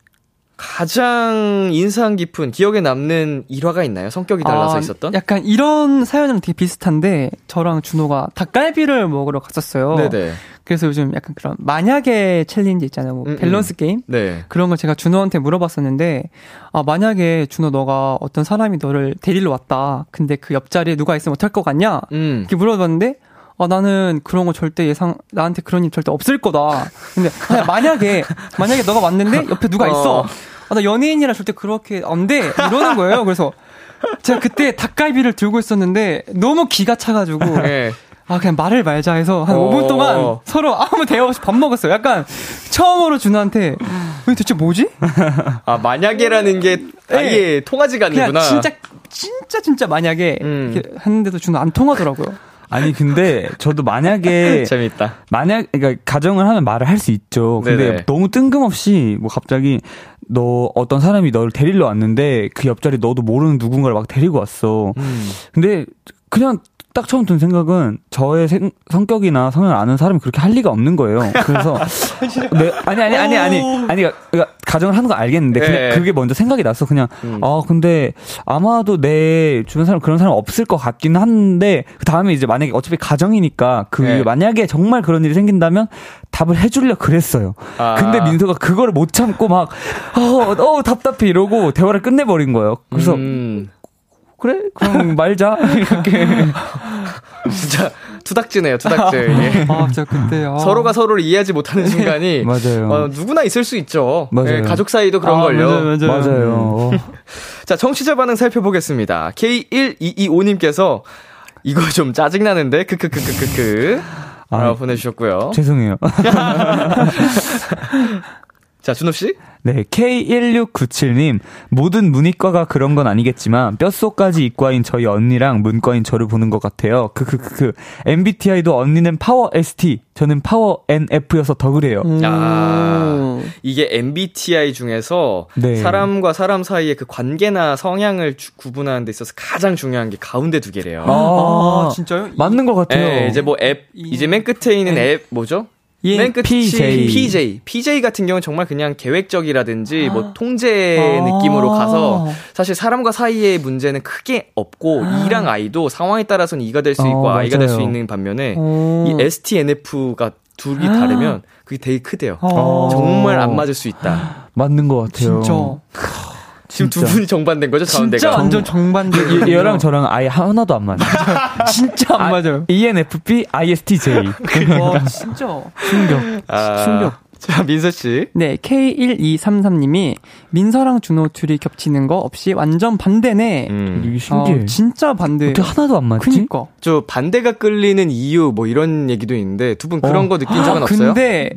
S2: 가장 인상 깊은 기억에 남는 일화가 있나요? 성격이 달라서
S6: 아,
S2: 있었던?
S6: 약간 이런 사연이랑 되게 비슷한데 저랑 준호가 닭갈비를 먹으러 갔었어요.
S2: 네네.
S6: 그래서 요즘 약간 그런 만약에 챌린지 있잖아요. 뭐
S2: 음, 음.
S6: 밸런스 게임
S2: 네.
S6: 그런 걸 제가 준호한테 물어봤었는데 아 만약에 준호 너가 어떤 사람이 너를 데리러 왔다. 근데 그 옆자리에 누가 있으면 어떨 것 같냐?
S2: 음.
S6: 이렇게 물어봤는데 아 나는 그런 거 절대 예상 나한테 그런 일 절대 없을 거다. 근데 그냥 만약에 만약에 너가 왔는데 옆에 누가 있어.
S2: 어.
S6: 아, 나 연예인이라 절대 그렇게 안 돼. 이러는 거예요. 그래서 제가 그때 닭갈비를 들고 있었는데 너무 기가 차가지고
S2: 네.
S6: 아 그냥 말을 말자 해서 한
S2: 어.
S6: 5분 동안 서로 아무 대화 없이 밥 먹었어요. 약간 처음으로 준호한테 이거 대체 뭐지?
S2: 아, 만약에라는 게 아예 통하지가
S6: 네. 그냥
S2: 않는구나.
S6: 진짜 진짜 진짜 만약에
S2: 음.
S6: 이렇게 했는데도 준호 안 통하더라고요.
S5: 아니 근데 저도 만약에
S2: 재밌다.
S5: 만약 그러니까 가정을 하면 말을 할 수 있죠. 근데
S2: 네네.
S5: 너무 뜬금없이 뭐 갑자기 너 어떤 사람이 너를 데리러 왔는데 그 옆자리 너도 모르는 누군가를 막 데리고 왔어.
S2: 음.
S5: 근데 그냥 딱 처음 든 생각은 저의 생- 성격이나 성향을 아는 사람이 그렇게 할 리가 없는 거예요. 그래서 네, 아니 아니 아니 아니 아니 그러니까 가정을 하는 거 알겠는데 그냥
S2: 예.
S5: 그게 먼저 생각이 났어. 그냥
S2: 음.
S5: 아 근데 아마도 내 주변 사람 그런 사람 없을 것 같긴 한데 그 다음에 이제 만약에 어차피 가정이니까 그
S2: 예.
S5: 만약에 정말 그런 일이 생긴다면 답을 해주려 그랬어요.
S2: 아.
S5: 근데 민서가 그거를 못 참고 막 어, 어 답답해 이러고 대화를 끝내버린 거예요. 그래서
S2: 음,
S5: 그래 그럼 말자 이렇게
S2: 진짜 투닥지네요, 투닥지. 예.
S6: 아 진짜 그때 아.
S2: 서로가 서로를 이해하지 못하는 순간이
S5: 예. 맞아요.
S2: 어, 누구나 있을 수 있죠.
S5: 맞아요.
S2: 예, 가족 사이도 그런 걸요.
S5: 맞아요. 어.
S2: 자, 청취자 반응 살펴보겠습니다. K1225님께서 이거 좀 짜증나는데 크크크크크크
S5: 아.
S2: 아, 보내주셨고요.
S5: 죄송해요.
S2: 자, 준호 씨.
S5: 네, K1697님. 모든 문이과가 그런 건 아니겠지만, 뼛속까지 이과인 저희 언니랑 문과인 저를 보는 것 같아요. 크크크크. MBTI도 언니는 파워 ST, 저는 파워 NF여서 더 그래요.
S6: 음.
S2: 야, 이게 MBTI 중에서
S5: 네.
S2: 사람과 사람 사이의 그 관계나 성향을 주- 구분하는 데 있어서 가장 중요한 게 가운데 두 개래요.
S5: 아,
S6: 진짜요?
S5: 맞는 것 같아요.
S2: 예, 이제 뭐 앱, 이제 맨 끝에 있는 앱, 뭐죠?
S5: 예,
S2: 맨 끝이
S5: PJ.
S2: PJ. PJ 같은 경우는 정말 그냥 계획적이라든지 뭐 통제 느낌으로 가서 사실 사람과 사이의 문제는 크게 없고 E랑 I도 상황에 따라서는 E가 될 수 있고
S5: 어,
S2: I가 될 수
S5: 맞아요.
S2: 있는 반면에 이 STNF가 둘이 다르면 그게 되게 크대요.
S5: 어.
S2: 정말 안 맞을 수 있다.
S5: 맞는 것 같아요.
S6: 진짜
S2: 지금 두
S5: 진짜.
S2: 분이 정반대인 거죠, 가운데가.
S6: 진짜 완전 정반대.
S5: 얘- 얘랑 저랑 아예 하나도 안 맞아요. E
S6: 진짜 안 맞아요. 그러니까.
S5: ENFP, ISTJ.
S6: 와 진짜.
S2: 아,
S6: 충격.
S2: 자, 민서 씨.
S6: 네, K1233님이 민서랑 준호 둘이 겹치는 거 없이 완전 반대네.
S2: 음.
S5: 이게 신기해.
S6: 어, 진짜 반대.
S5: 어떻게 하나도 안 맞지?
S6: 그니까.
S2: 저 반대가 끌리는 이유 뭐 이런 얘기도 있는데 두 분 그런 거 느낀 적은
S6: 아,
S2: 없어요?
S6: 근데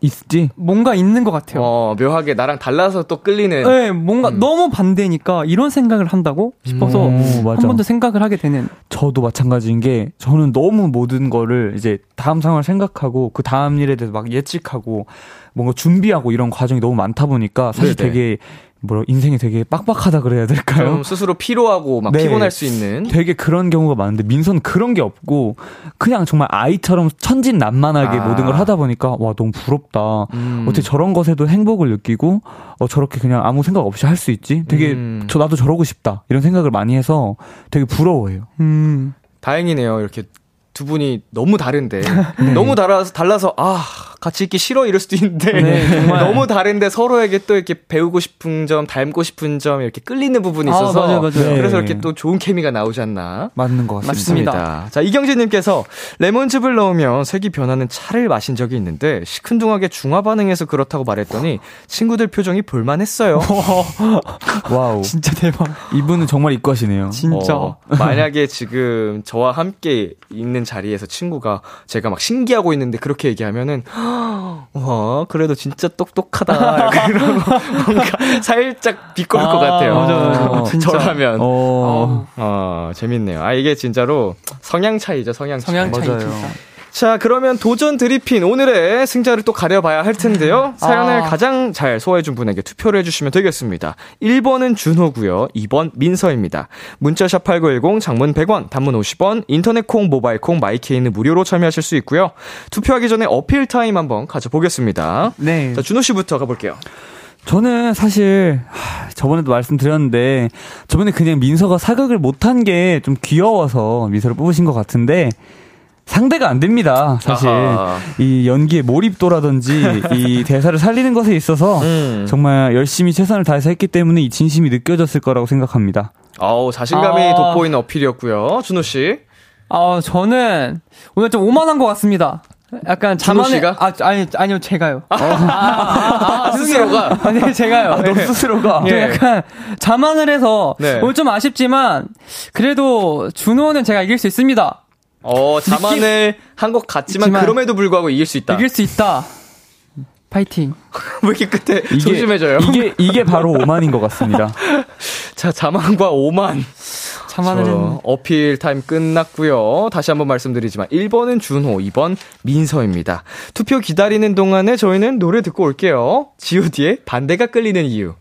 S5: 있지?
S6: 뭔가 있는 것 같아요.
S2: 어, 음. 묘하게 나랑 달라서 또 끌리는.
S6: 네, 뭔가 너무 반대니까 이런 생각을 한다고 싶어서
S5: 오,
S6: 한
S5: 맞아.
S6: 번 더 생각을 하게 되는.
S5: 저도 마찬가지인 게 저는 너무 모든 거를 이제 다음 상황을 생각하고 그 다음 일에 대해서 막 예측하고 뭔가 준비하고 이런 과정이 너무 많다 보니까 사실
S2: 네네.
S5: 되게 뭐라 인생이 되게 빡빡하다 그래야 될까요?
S2: 좀 스스로 피로하고 막
S5: 네.
S2: 피곤할 수 있는.
S5: 되게 그런 경우가 많은데 민선 그런 게 없고 그냥 정말 아이처럼 천진난만하게
S2: 아.
S5: 모든 걸 하다 보니까 와 너무 부럽다.
S2: 음.
S5: 어떻게 저런 것에도 행복을 느끼고 어 저렇게 그냥 아무 생각 없이 할 수 있지? 되게
S2: 음.
S5: 저 나도 저러고 싶다 이런 생각을 많이 해서 되게 부러워해요.
S6: 음.
S2: 다행이네요. 이렇게 두 분이 너무 다른데
S6: 네.
S2: 너무 달라서 달라서 아 같이 있기 싫어 이럴 수도 있는데
S6: 네,
S2: 너무 다른데 서로에게 또 이렇게 배우고 싶은 점 닮고 싶은 점 이렇게 끌리는 부분이
S6: 아,
S2: 있어서
S6: 맞아요, 맞아요.
S2: 그래서
S5: 네.
S2: 이렇게 또 좋은 케미가 나오지 않나
S5: 맞는 것 같습니다.
S6: 맞습니다.
S2: 맞습니다. 자, 이경진님께서 레몬즙을 넣으면 색이 변하는 차를 마신 적이 있는데 시큰둥하게 중화 반응해서 그렇다고 말했더니 친구들 표정이 볼만했어요.
S5: 와우.
S6: 진짜 대박.
S5: 이분은 정말 이과시네요.
S6: 진짜.
S2: 어, 만약에 지금 저와 함께 있는 자리에서 친구가 제가 막 신기하고 있는데 그렇게 얘기하면은 와 그래도 진짜 똑똑하다 약간 이러고 뭔가 살짝 비꼬일 것 같아요.
S5: 맞아, 맞아.
S2: 어,
S6: 진짜.
S2: 저라면 어.
S5: 어,
S2: 재밌네요. 아 이게 진짜로 성향 차이죠 성향 차이.
S6: 성향 차이
S5: 맞아요.
S6: 진짜.
S2: 자, 그러면 도전 드리핀 오늘의 승자를 또 가려봐야 할 텐데요. 사연을 가장 잘 소화해준 분에게 투표를 해주시면 되겠습니다. 1번은 준호고요 2번 민서입니다. 문자샵 8910, 장문 100원, 단문 50원, 인터넷 콩, 모바일 콩, 마이케이는 무료로 참여하실 수 있고요. 투표하기 전에 어필 타임 한번 가져보겠습니다.
S5: 네.
S2: 자, 준호 씨부터 가볼게요.
S5: 저는 사실 하, 저번에도 말씀드렸는데 저번에 그냥 민서가 사극을 못한 게 좀 귀여워서 민서를 뽑으신 것 같은데 상대가 안 됩니다. 사실
S2: 아하.
S5: 이 연기의 몰입도라든지 이 대사를 살리는 것에 있어서
S2: 음.
S5: 정말 열심히 최선을 다해서 했기 때문에 이 진심이 느껴졌을 거라고 생각합니다.
S2: 아우, 자신감이
S6: 아.
S2: 돋보이는 어필이었고요. 준호 씨.
S6: 아, 저는 오늘 좀 오만한 것 같습니다. 약간 자만해.
S2: 씨가?
S6: 아, 아니, 아니요, 제가요. 아,
S2: 아, 스스로가.
S6: 아니, 제가요. 예.
S5: 스스로가
S6: 좀
S2: 예.
S6: 약간 자만을 해서
S2: 네.
S6: 오늘 좀 아쉽지만 그래도 준호는 제가 이길 수 있습니다.
S2: 어, 자만을 한 것 같지만
S6: 있지만-
S2: 그럼에도 불구하고 이길 수 있다.
S6: 이길 수 있다. 파이팅.
S2: 왜 이렇게 끝에 조심해져요?
S5: 이게 이게 바로 오만인 것 같습니다.
S2: 자, 자만과 오만.
S6: 자만을
S2: 저
S6: 했네.
S2: 그렇죠. 어필 타임 끝났고요. 다시 한번 말씀드리지만 1번은 준호, 2번 민서입니다. 투표 기다리는 동안에 저희는 노래 듣고 올게요. G.O.D의 반대가 끌리는 이유.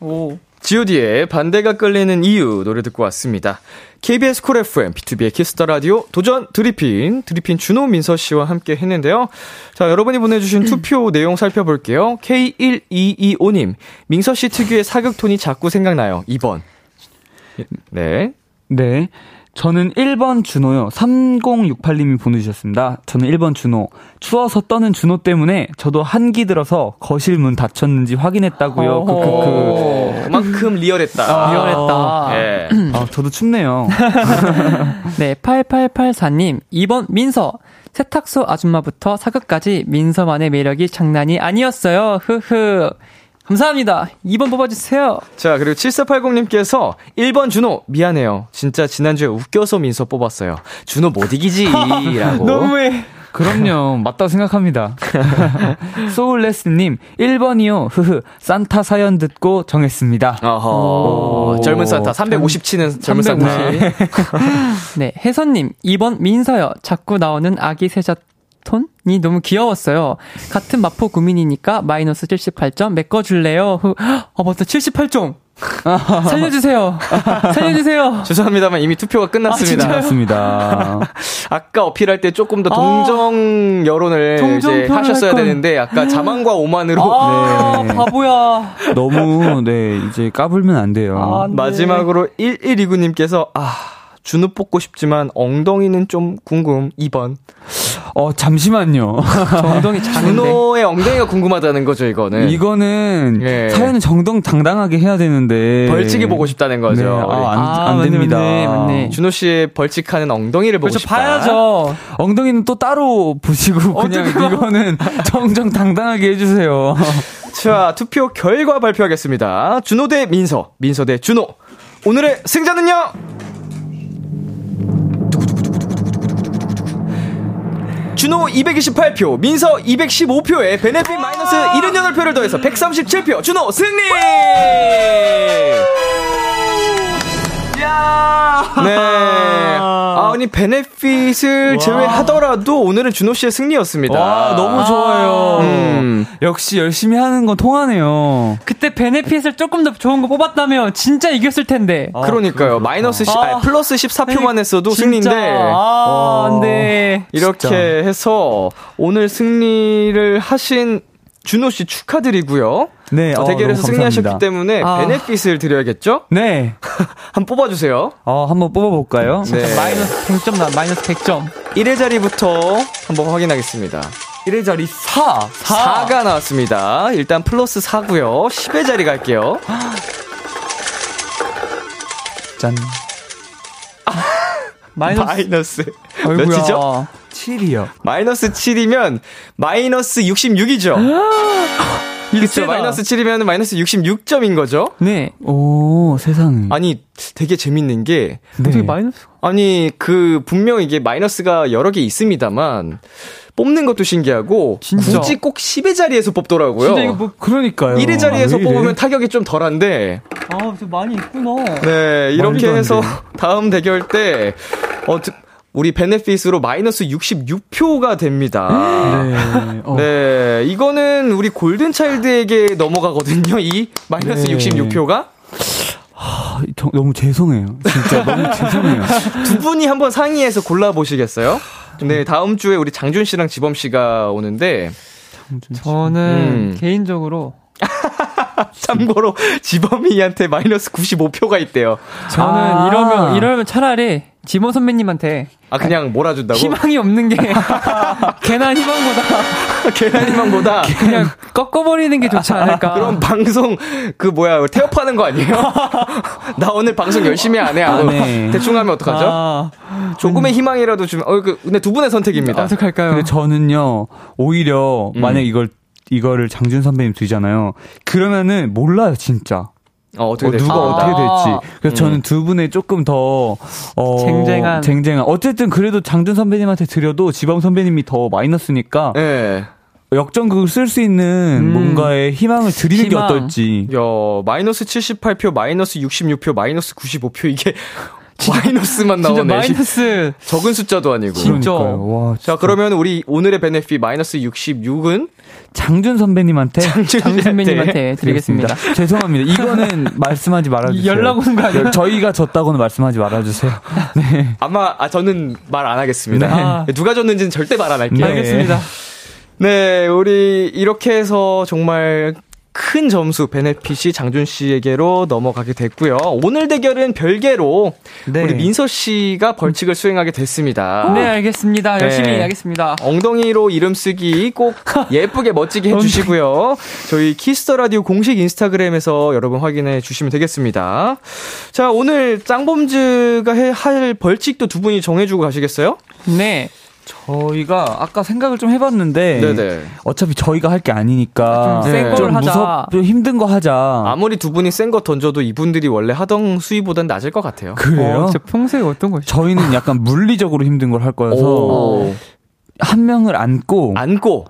S6: 오.
S2: G.O.D의 반대가 끌리는 이유 노래 듣고 왔습니다. KBS 콜 FM, B2B의 키스터 라디오 도전 드리핀, 드리핀 준호 민서 씨와 함께 했는데요. 자, 여러분이 보내주신 투표 내용 살펴볼게요. K1225님, 민서 씨 특유의 사극톤이 자꾸 생각나요. 2번. 네.
S5: 네. 저는 1번 준호요. 3068님이 보내주셨습니다. 저는 1번 준호. 추워서 떠는 준호 때문에 저도 한기 들어서 거실 문 닫혔는지
S2: 어,
S5: 확인했다고요. 그, 그, 그.
S2: 오, 어, 그만큼 리얼했다.
S6: 리얼했다.
S2: 예.
S5: 아, 저도 춥네요.
S6: 네, 8884님. 2번 민서. 세탁소 아줌마부터 사극까지 민서만의 매력이 장난이 아니었어요. 흐흐. 감사합니다. 2번 뽑아주세요.
S2: 자, 그리고 7480님께서 1번 준호, 미안해요. 진짜 지난주에 웃겨서 민서 뽑았어요. 준호 못 이기지. 라고.
S6: 너무해.
S5: 그럼요. 맞다고 생각합니다. 소울레스님, 1번이요. 흐흐. 산타 사연 듣고 정했습니다.
S2: 어허. 젊은 산타. 350 치는 젊은 산타.
S6: 네, 혜선님, 2번 민서요. 자꾸 나오는 아기 세자톤이 너무 귀여웠어요. 같은 마포 구민이니까 마이너스 78점 메꿔줄래요? 후, 어, 맞다, 78점! 살려주세요! 살려주세요!
S2: 죄송합니다만 이미 투표가 끝났습니다.
S6: 아, 진짜요?
S5: 맞습니다.
S2: 아까 어필할 때 조금 더 동정 여론을
S6: 동정
S2: 이제
S6: 표현을
S2: 하셨어야
S6: 할 걸.
S2: 되는데 아까 자만과 오만으로
S6: 아,
S5: 네.
S6: 바보야.
S5: 너무, 네, 이제 까불면 안 돼요.
S6: 아, 네.
S2: 마지막으로 1129님께서 아, 준우 뽑고 싶지만 엉덩이는 좀 궁금. 2번.
S5: 어, 잠시만요.
S6: 정동이 잘했네.
S2: 준호의 엉덩이가 궁금하다는 거죠, 이거는.
S5: 이거는
S2: 네. 예.
S5: 사연을 정정당당하게 해야 되는데.
S2: 벌칙이 보고 싶다는 거죠.
S5: 네, 아, 안,
S6: 아,
S5: 안
S6: 맞네,
S5: 됩니다.
S6: 맞네, 맞네.
S2: 준호 씨의 벌칙하는 엉덩이를 보고
S6: 그렇죠,
S2: 싶다.
S6: 봐야죠.
S5: 엉덩이는 또 따로 보시고 그냥 이거는 정정당당하게 해주세요.
S2: 자, 투표 결과 발표하겠습니다. 준호 대 민서, 민서 대 준호. 오늘의 승자는요? 준호 228표, 민서 215표에 베네핏 마이너스 78표를 더해서 137표, 준호 승리! 네. 아, 아니, 베네핏을 제외하더라도 오늘은 준호 씨의 승리였습니다.
S5: 와, 너무 좋아요.
S2: 음.
S5: 역시 열심히 하는 건 통하네요.
S6: 그때 베네핏을 조금 더 좋은 거 뽑았다면 진짜 이겼을 텐데.
S2: 그러니까요. 마이너스 10, 아,
S6: 아,
S2: 플러스 아, 14표만 했어도
S6: 진짜.
S2: 승리인데. 어. 네.
S6: 아, 안 돼.
S2: 이렇게
S5: 진짜.
S2: 해서 오늘 승리를 하신 준호 씨 축하드리고요.
S5: 네, 어,
S2: 대결에서
S5: 너무
S2: 승리하셨기
S5: 감사합니다.
S2: 때문에
S6: 아.
S2: 베네핏을 드려야겠죠?
S5: 네.
S2: 한번 뽑아주세요.
S5: 어, 한번 뽑아볼까요?
S2: 네.
S6: 마이너스 100점 나, 마이너스 100점.
S2: 1의 자리부터 한번 확인하겠습니다.
S5: 1의 자리 4.
S2: 4. 가 나왔습니다. 일단 플러스 4고요. 10의 자리 갈게요.
S5: 짠.
S6: 마이너스
S2: 마이너스.
S6: 아이고야.
S2: 몇이죠?
S5: 7이요.
S2: 마이너스 7이면 마이너스 66이죠.
S5: 아,
S2: 그렇죠.
S6: 일세다.
S2: 마이너스 7이면 마이너스 66점인 거죠.
S6: 네.
S5: 오, 세상에.
S2: 아니 되게 재밌는 게
S5: 네.
S6: 마이너스.
S2: 아니 그 분명 이게 마이너스가 여러 개 있습니다만 뽑는 것도 신기하고
S6: 진짜.
S2: 굳이 꼭 10의 자리에서 뽑더라고요.
S5: 진짜 이거 뭐, 그러니까요.
S2: 1의 자리에서
S5: 아, 왜 이래?
S2: 뽑으면 타격이 좀 덜한데
S6: 아, 저 많이 있구나.
S2: 네
S5: 말도
S2: 이렇게
S5: 안
S2: 해서
S5: 돼.
S2: 다음 대결 때 어, 드- 우리 베네핏으로 마이너스 66표가 됩니다.
S5: 네. 어,
S2: 네 이거는 우리 골든 차일드에게 넘어가거든요. 이 마이너스
S5: 네.
S2: 66표가
S5: 아, 저- 너무 죄송해요. 진짜 너무 죄송해요.
S2: 두 분이 한번 상의해서 골라 보시겠어요? 네 다음 주에 우리 장준 씨랑 지범 씨가 오는데
S6: 저는
S2: 음.
S6: 개인적으로
S2: 참고로 지범이한테 마이너스 95표가 있대요.
S6: 저는
S5: 아.
S6: 이러면 이러면 차라리 지모 선배님한테
S2: 아 그냥 몰아준다고?
S6: 희망이 없는 게 괜한 희망보다
S2: 계란희망보다
S6: 그냥 꺾어버리는 게 좋지 않을까.
S2: 그럼 방송 그 뭐야 태업하는 거 아니에요? 나 오늘 방송 열심히 안 해. 하고
S5: 안 해.
S2: 대충 하면 어떡하죠?
S6: 아,
S2: 조금의 희망이라도 주면 어, 그, 근데 두 분의 선택입니다.
S6: 어떡할까요?
S5: 근데 저는요
S2: 음.
S5: 오히려 만약 이걸 이거를 장준 선배님 드리잖아요. 그러면은 몰라요 진짜.
S2: 어, 어떻게
S5: 어,
S2: 될지.
S5: 누가
S2: 모르겠다.
S5: 어떻게
S6: 아.
S5: 될지. 그래서 저는 두 분의 조금 더 어,
S6: 쟁쟁한.
S5: 쟁쟁한. 어쨌든 그래도 장준 선배님한테 드려도 지범 선배님이 더 마이너스니까
S2: 예.
S5: 역전극을 쓸 수 있는 뭔가의 음. 희망을 드리는
S6: 희망.
S5: 게 어떨지.
S2: 야, 마이너스 78표, 마이너스 66표, 마이너스 95표, 이게 마이너스만 나오네.
S6: 진짜 마이너스
S2: 적은 숫자도 아니고.
S6: 진짜.
S5: 그러니까요. 와,
S2: 자, 그러면 우리 오늘의 베네피 마이너스 66은 네.
S5: 장준 선배님한테
S6: 장
S5: 네,
S6: 선배님한테 드리겠습니다.
S5: 죄송합니다. 이거는 말씀하지 말아주세요.
S6: 연락 오는 거 아니에요?
S5: 저희가 졌다고는 말씀하지 말아주세요. 네.
S2: 아마 아 저는 말 안 하겠습니다. 아,
S6: 네.
S2: 누가 줬는지는 절대 말 안 할게요.
S5: 네.
S6: 알겠습니다.
S2: 네, 우리 이렇게 해서 정말 큰 점수 베네핏이 장준 씨에게로 넘어가게 됐고요. 오늘 대결은 별개로
S5: 네.
S2: 우리 민서 씨가 벌칙을 수행하게 됐습니다.
S6: 네, 알겠습니다. 열심히
S2: 네.
S6: 하겠습니다.
S2: 엉덩이로 이름 쓰기 꼭 예쁘게 멋지게 해주시고요. 저희 키스터 라디오 공식 인스타그램에서 여러분 확인해 주시면 되겠습니다. 자, 오늘 짱범즈가 해- 할 벌칙도 두 분이 정해주고 가시겠어요?
S6: 네.
S5: 저희가 아까 생각을 좀 해봤는데
S2: 네네.
S5: 어차피 저희가 할 게 아니니까 네.
S6: 좀센
S5: 좀
S6: 걸 하자.
S5: 무섭, 좀 힘든 거 하자.
S2: 아무리 두 분이 센 거 던져도 이분들이 원래 하던 수위보단 낮을 것 같아요.
S5: 그래요?
S6: 어, 저 평소에 어떤 거
S5: 저희는 약간 물리적으로 힘든 걸 할 거여서
S2: 오. 아.
S5: 한 명을 안고
S2: 안고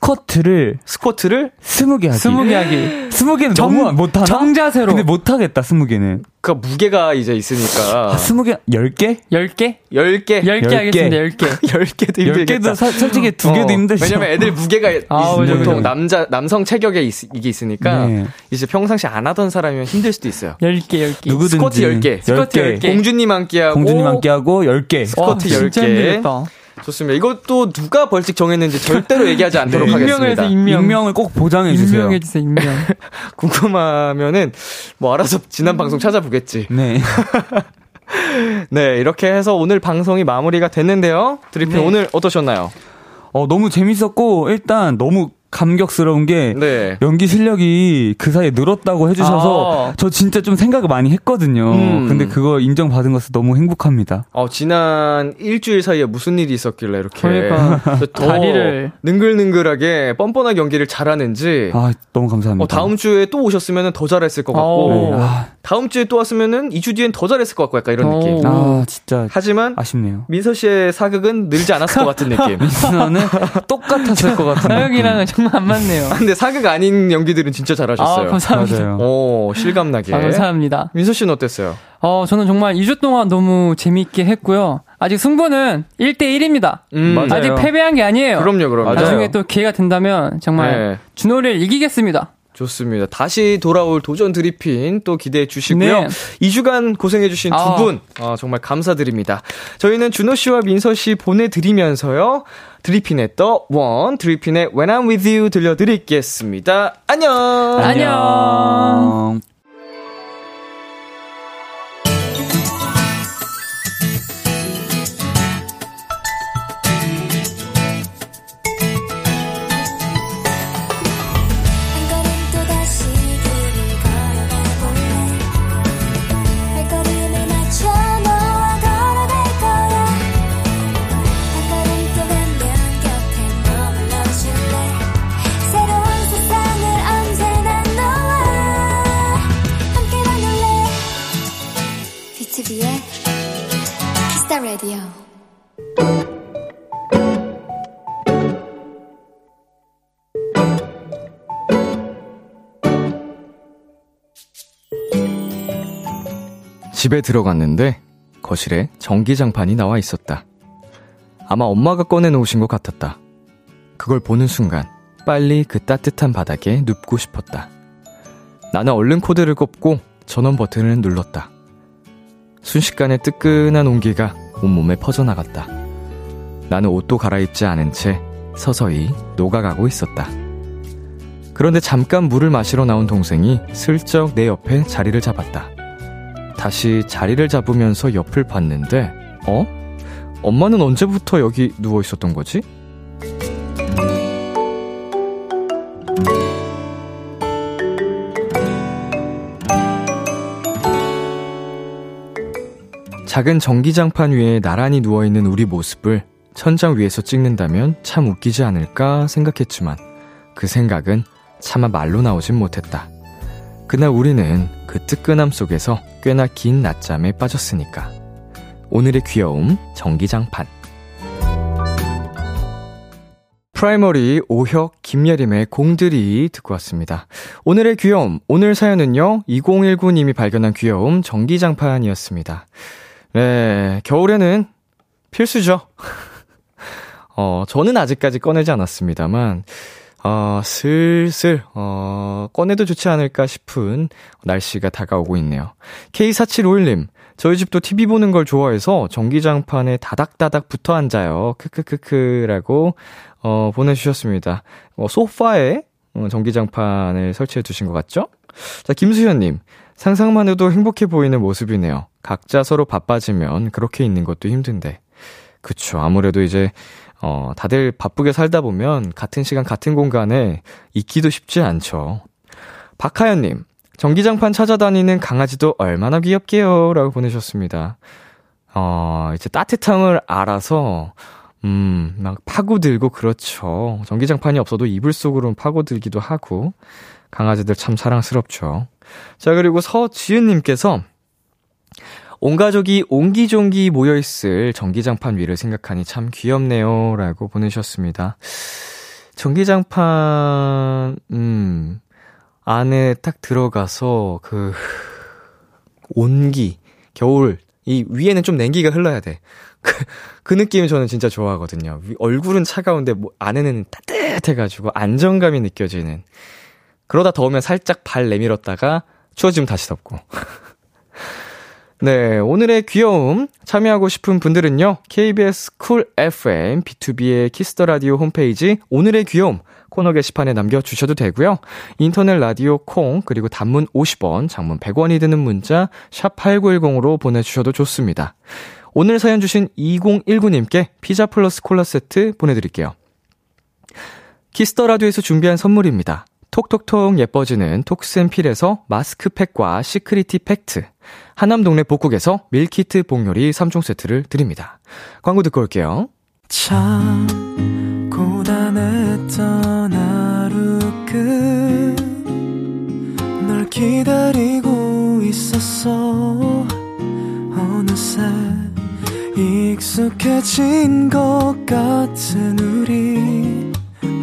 S5: 스쿼트를
S2: 스쿼트를
S5: 스무 개 하기.
S6: 스무 개 하기.
S5: 스무 개는
S6: 정-
S5: 너무 못하나?
S6: 정자세로.
S5: 근데 뭐 못하겠다 스무 개는.
S2: 그 무게가 이제 있으니까
S5: 아, 스무 개, 열 개?
S6: 열 개?
S2: 열개
S6: 열 개
S5: 개.
S6: 하겠습니다. 열 개.
S2: 열개도
S5: 열
S2: 힘들겠다.
S5: 개도 사- 솔직히 두 개도
S2: 어,
S5: 힘들죠.
S2: 왜냐면 애들 무게가
S6: 아,
S2: 있-
S6: 맞아,
S2: 보통
S5: 맞아.
S2: 남자 남성 체격에 있- 이게 있으니까
S5: 네.
S2: 이제 평상시 안 하던 사람이면 힘들 수도 있어요.
S6: 열 개, 열 개.
S5: 누구든지
S2: 스쿼트 열 개.
S5: 열
S6: 스쿼트 열
S5: 개.
S6: 개.
S2: 공주님 안기하고
S5: 공주님 함께 하고 열 개. 어.
S2: 스쿼트
S6: 와,
S2: 열
S6: 진짜
S2: 개.
S6: 힘들겠다.
S2: 좋습니다. 이것도 누가 벌칙 정했는지 절대로 얘기하지 않도록
S6: 익명에서
S2: 하겠습니다.
S6: 익명.
S5: 네. 익명을 꼭 보장해 주세요.
S6: 익명해주세요, 익명.
S2: 궁금하면은 뭐 알아서
S5: 음.
S2: 지난 방송 찾아보겠지.
S5: 네.
S2: 네, 이렇게 해서 오늘 방송이 마무리가 됐는데요. 드리핀
S5: 네.
S2: 오늘 어떠셨나요?
S5: 어, 너무 재밌었고 일단 너무 감격스러운 게
S2: 네.
S5: 연기 실력이 그 사이에 늘었다고 해주셔서
S6: 아.
S5: 저 진짜 좀 생각을 많이 했거든요.
S2: 음.
S5: 근데 그거 인정받은 것은 너무 행복합니다.
S2: 어, 지난 일주일 사이에 무슨 일이 있었길래 이렇게
S6: 그러니까.
S2: 더
S6: 다리를.
S2: 능글능글하게 뻔뻔한 연기를 잘하는지
S5: 아 너무 감사합니다.
S2: 어, 다음 주에 또 오셨으면 더 잘했을 것
S6: 아오.
S2: 같고
S5: 네. 아,
S2: 다음 주에 또 왔으면 2주 뒤엔 더 잘했을 것 같고 약간 이런
S6: 오.
S2: 느낌.
S5: 아 진짜
S2: 하지만
S5: 아쉽네요.
S2: 민서 씨의 사극은 늘지 않았을 것 같은 느낌.
S5: 민수는 똑같았을 것 같은데.
S6: 아, 사역이랑은 정말 안 맞네요.
S2: 근데 사극 아닌 연기들은 진짜
S6: 아,
S2: 잘하셨어요.
S6: 감사합니다.
S5: 맞아요.
S2: 오, 실감나게.
S6: 아, 감사합니다.
S2: 민서 씨는 어땠어요?
S6: 어, 저는 정말 2주 동안 너무 재미있게 했고요. 아직 승부는 1대1입니다.
S2: 음,
S5: 맞아요.
S6: 아직 패배한 게 아니에요.
S2: 그럼요, 그럼요.
S6: 나중에 또 기회가 된다면 정말
S2: 네.
S6: 준호를 이기겠습니다.
S2: 좋습니다. 다시 돌아올 도전 드리핀 또 기대해 주시고요.
S6: 네.
S2: 2주간 고생해주신
S6: 아.
S2: 두 분, 어, 정말 감사드립니다. 저희는 준호 씨와 민서 씨 보내드리면서요. 드리핀의 The One, 드리핀의 When I'm With You 들려드리겠습니다. 안녕!
S6: 안녕.
S3: 한 걸음 또다시 길을 걸어가볼래 발걸음에 맞춰 너와 걸어갈 거야 한 걸음 또 가면 곁에 머물러줄래 새로운 세상을 언제나 너와 함께 만들래 B2B의 키스타 라디오
S2: 집에 들어갔는데 거실에 전기장판이 나와 있었다. 아마 엄마가 꺼내놓으신 것 같았다. 그걸 보는 순간 빨리 그 따뜻한 바닥에 눕고 싶었다. 나는 얼른 코드를 꼽고 전원 버튼을 눌렀다. 순식간에 뜨끈한 온기가 온몸에 퍼져나갔다. 나는 옷도 갈아입지 않은 채 서서히 녹아가고 있었다. 그런데 잠깐 물을 마시러 나온 동생이 슬쩍 내 옆에 자리를 잡았다. 다시 자리를 잡으면서 옆을 봤는데, 어? 엄마는 언제부터 여기 누워 있었던 거지? 작은 전기장판 위에 나란히 누워있는 우리 모습을 천장 위에서 찍는다면 참 웃기지 않을까 생각했지만 그 생각은 차마 말로 나오진 못했다. 그날 우리는 그 뜨끈함 속에서 꽤나 긴 낮잠에 빠졌으니까. 오늘의 귀여움 전기장판. 프라이머리 오혁 김예림의 공들이 듣고 왔습니다. 오늘의 귀여움, 오늘 사연은요, 2019님이 발견한 귀여움 전기장판이었습니다. 네, 겨울에는 필수죠. 어, 저는 아직까지 꺼내지 않았습니다만, 어, 슬슬, 어, 꺼내도 좋지 않을까 싶은 날씨가 다가오고 있네요. K4751님, 저희 집도 TV 보는 걸 좋아해서 전기장판에 다닥다닥 붙어 앉아요. 크크크크라고, 어, 보내주셨습니다. 어, 소파에 어, 전기장판을 설치해 두신 것 같죠? 자, 김수현님. 상상만 해도 행복해 보이는 모습이네요. 각자 서로 바빠지면 그렇게 있는 것도 힘든데. 그쵸. 아무래도 이제, 어, 다들 바쁘게 살다 보면 같은 시간, 같은 공간에 있기도 쉽지 않죠. 박하연님. 전기장판 찾아다니는 강아지도 얼마나 귀엽게요. 라고 보내셨습니다. 어, 이제 따뜻함을 알아서, 음, 막 파고들고 그렇죠. 전기장판이 없어도 이불 속으로는 파고들기도 하고, 강아지들 참 사랑스럽죠. 자, 그리고 서지은님께서, 온 가족이 옹기종기 모여있을 전기장판 위를 생각하니 참 귀엽네요. 라고 보내셨습니다. 전기장판, 음, 안에 딱 들어가서, 그, 온기, 겨울, 이 위에는 좀 냉기가 흘러야 돼. 그, 그 느낌 저는 진짜 좋아하거든요. 위- 얼굴은 차가운데 뭐 안에는 따뜻해가지고 안정감이 느껴지는. 그러다 더우면 살짝 발 내밀었다가 추워지면 다시 덥고. 네, 오늘의 귀여움 참여하고 싶은 분들은요. KBS 쿨 FM B2B의 키스터 라디오 홈페이지 오늘의 귀여움 코너 게시판에 남겨 주셔도 되고요. 인터넷 라디오 콩 그리고 단문 50원, 장문 100원이 드는 문자 샵 8910으로 보내 주셔도 좋습니다. 오늘 사연 주신 2019님께 피자 플러스 콜라 세트 보내 드릴게요. 키스터 라디오에서 준비한 선물입니다. 톡톡톡 예뻐지는 톡스앤필에서 마스크팩과 시크리티 팩트. 하남 동네 복국에서 밀키트 복요리 3종 세트를 드립니다. 광고 듣고 올게요.
S6: 참 고단했던 하루 끝널 기다리고 있었어 어느새 익숙해진 것 같은 우리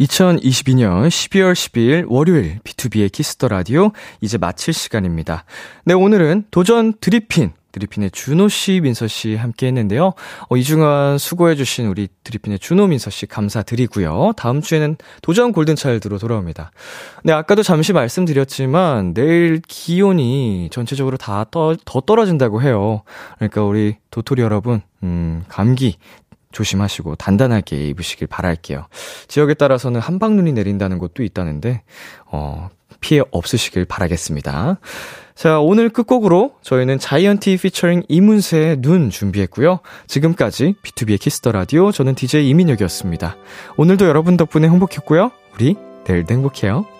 S2: 2022년 12월 12일 월요일 B2B의 키스터 라디오 이제 마칠 시간입니다. 네, 오늘은 도전 드리핀 드리핀의 준호 씨, 민서 씨 함께 했는데요. 어, 이중한 수고해주신 우리 드리핀의 준호, 민서 씨 감사드리고요. 다음 주에는 도전 골든차일드로 돌아옵니다. 네, 아까도 잠시 말씀드렸지만 내일 기온이 전체적으로 다 떠- 더 떨어진다고 해요. 그러니까 우리 도토리 여러분, 음, 감기 조심하시고 단단하게 입으시길 바랄게요. 지역에 따라서는 한방눈이 내린다는 곳도 있다는데 어, 피해 없으시길 바라겠습니다. 자, 오늘 끝곡으로 저희는 자이언티 피처링 이문세의 눈 준비했고요. 지금까지 B2B의 키스터 라디오 저는 DJ 이민혁이었습니다. 오늘도 여러분 덕분에 행복했고요. 우리 내일도 행복해요.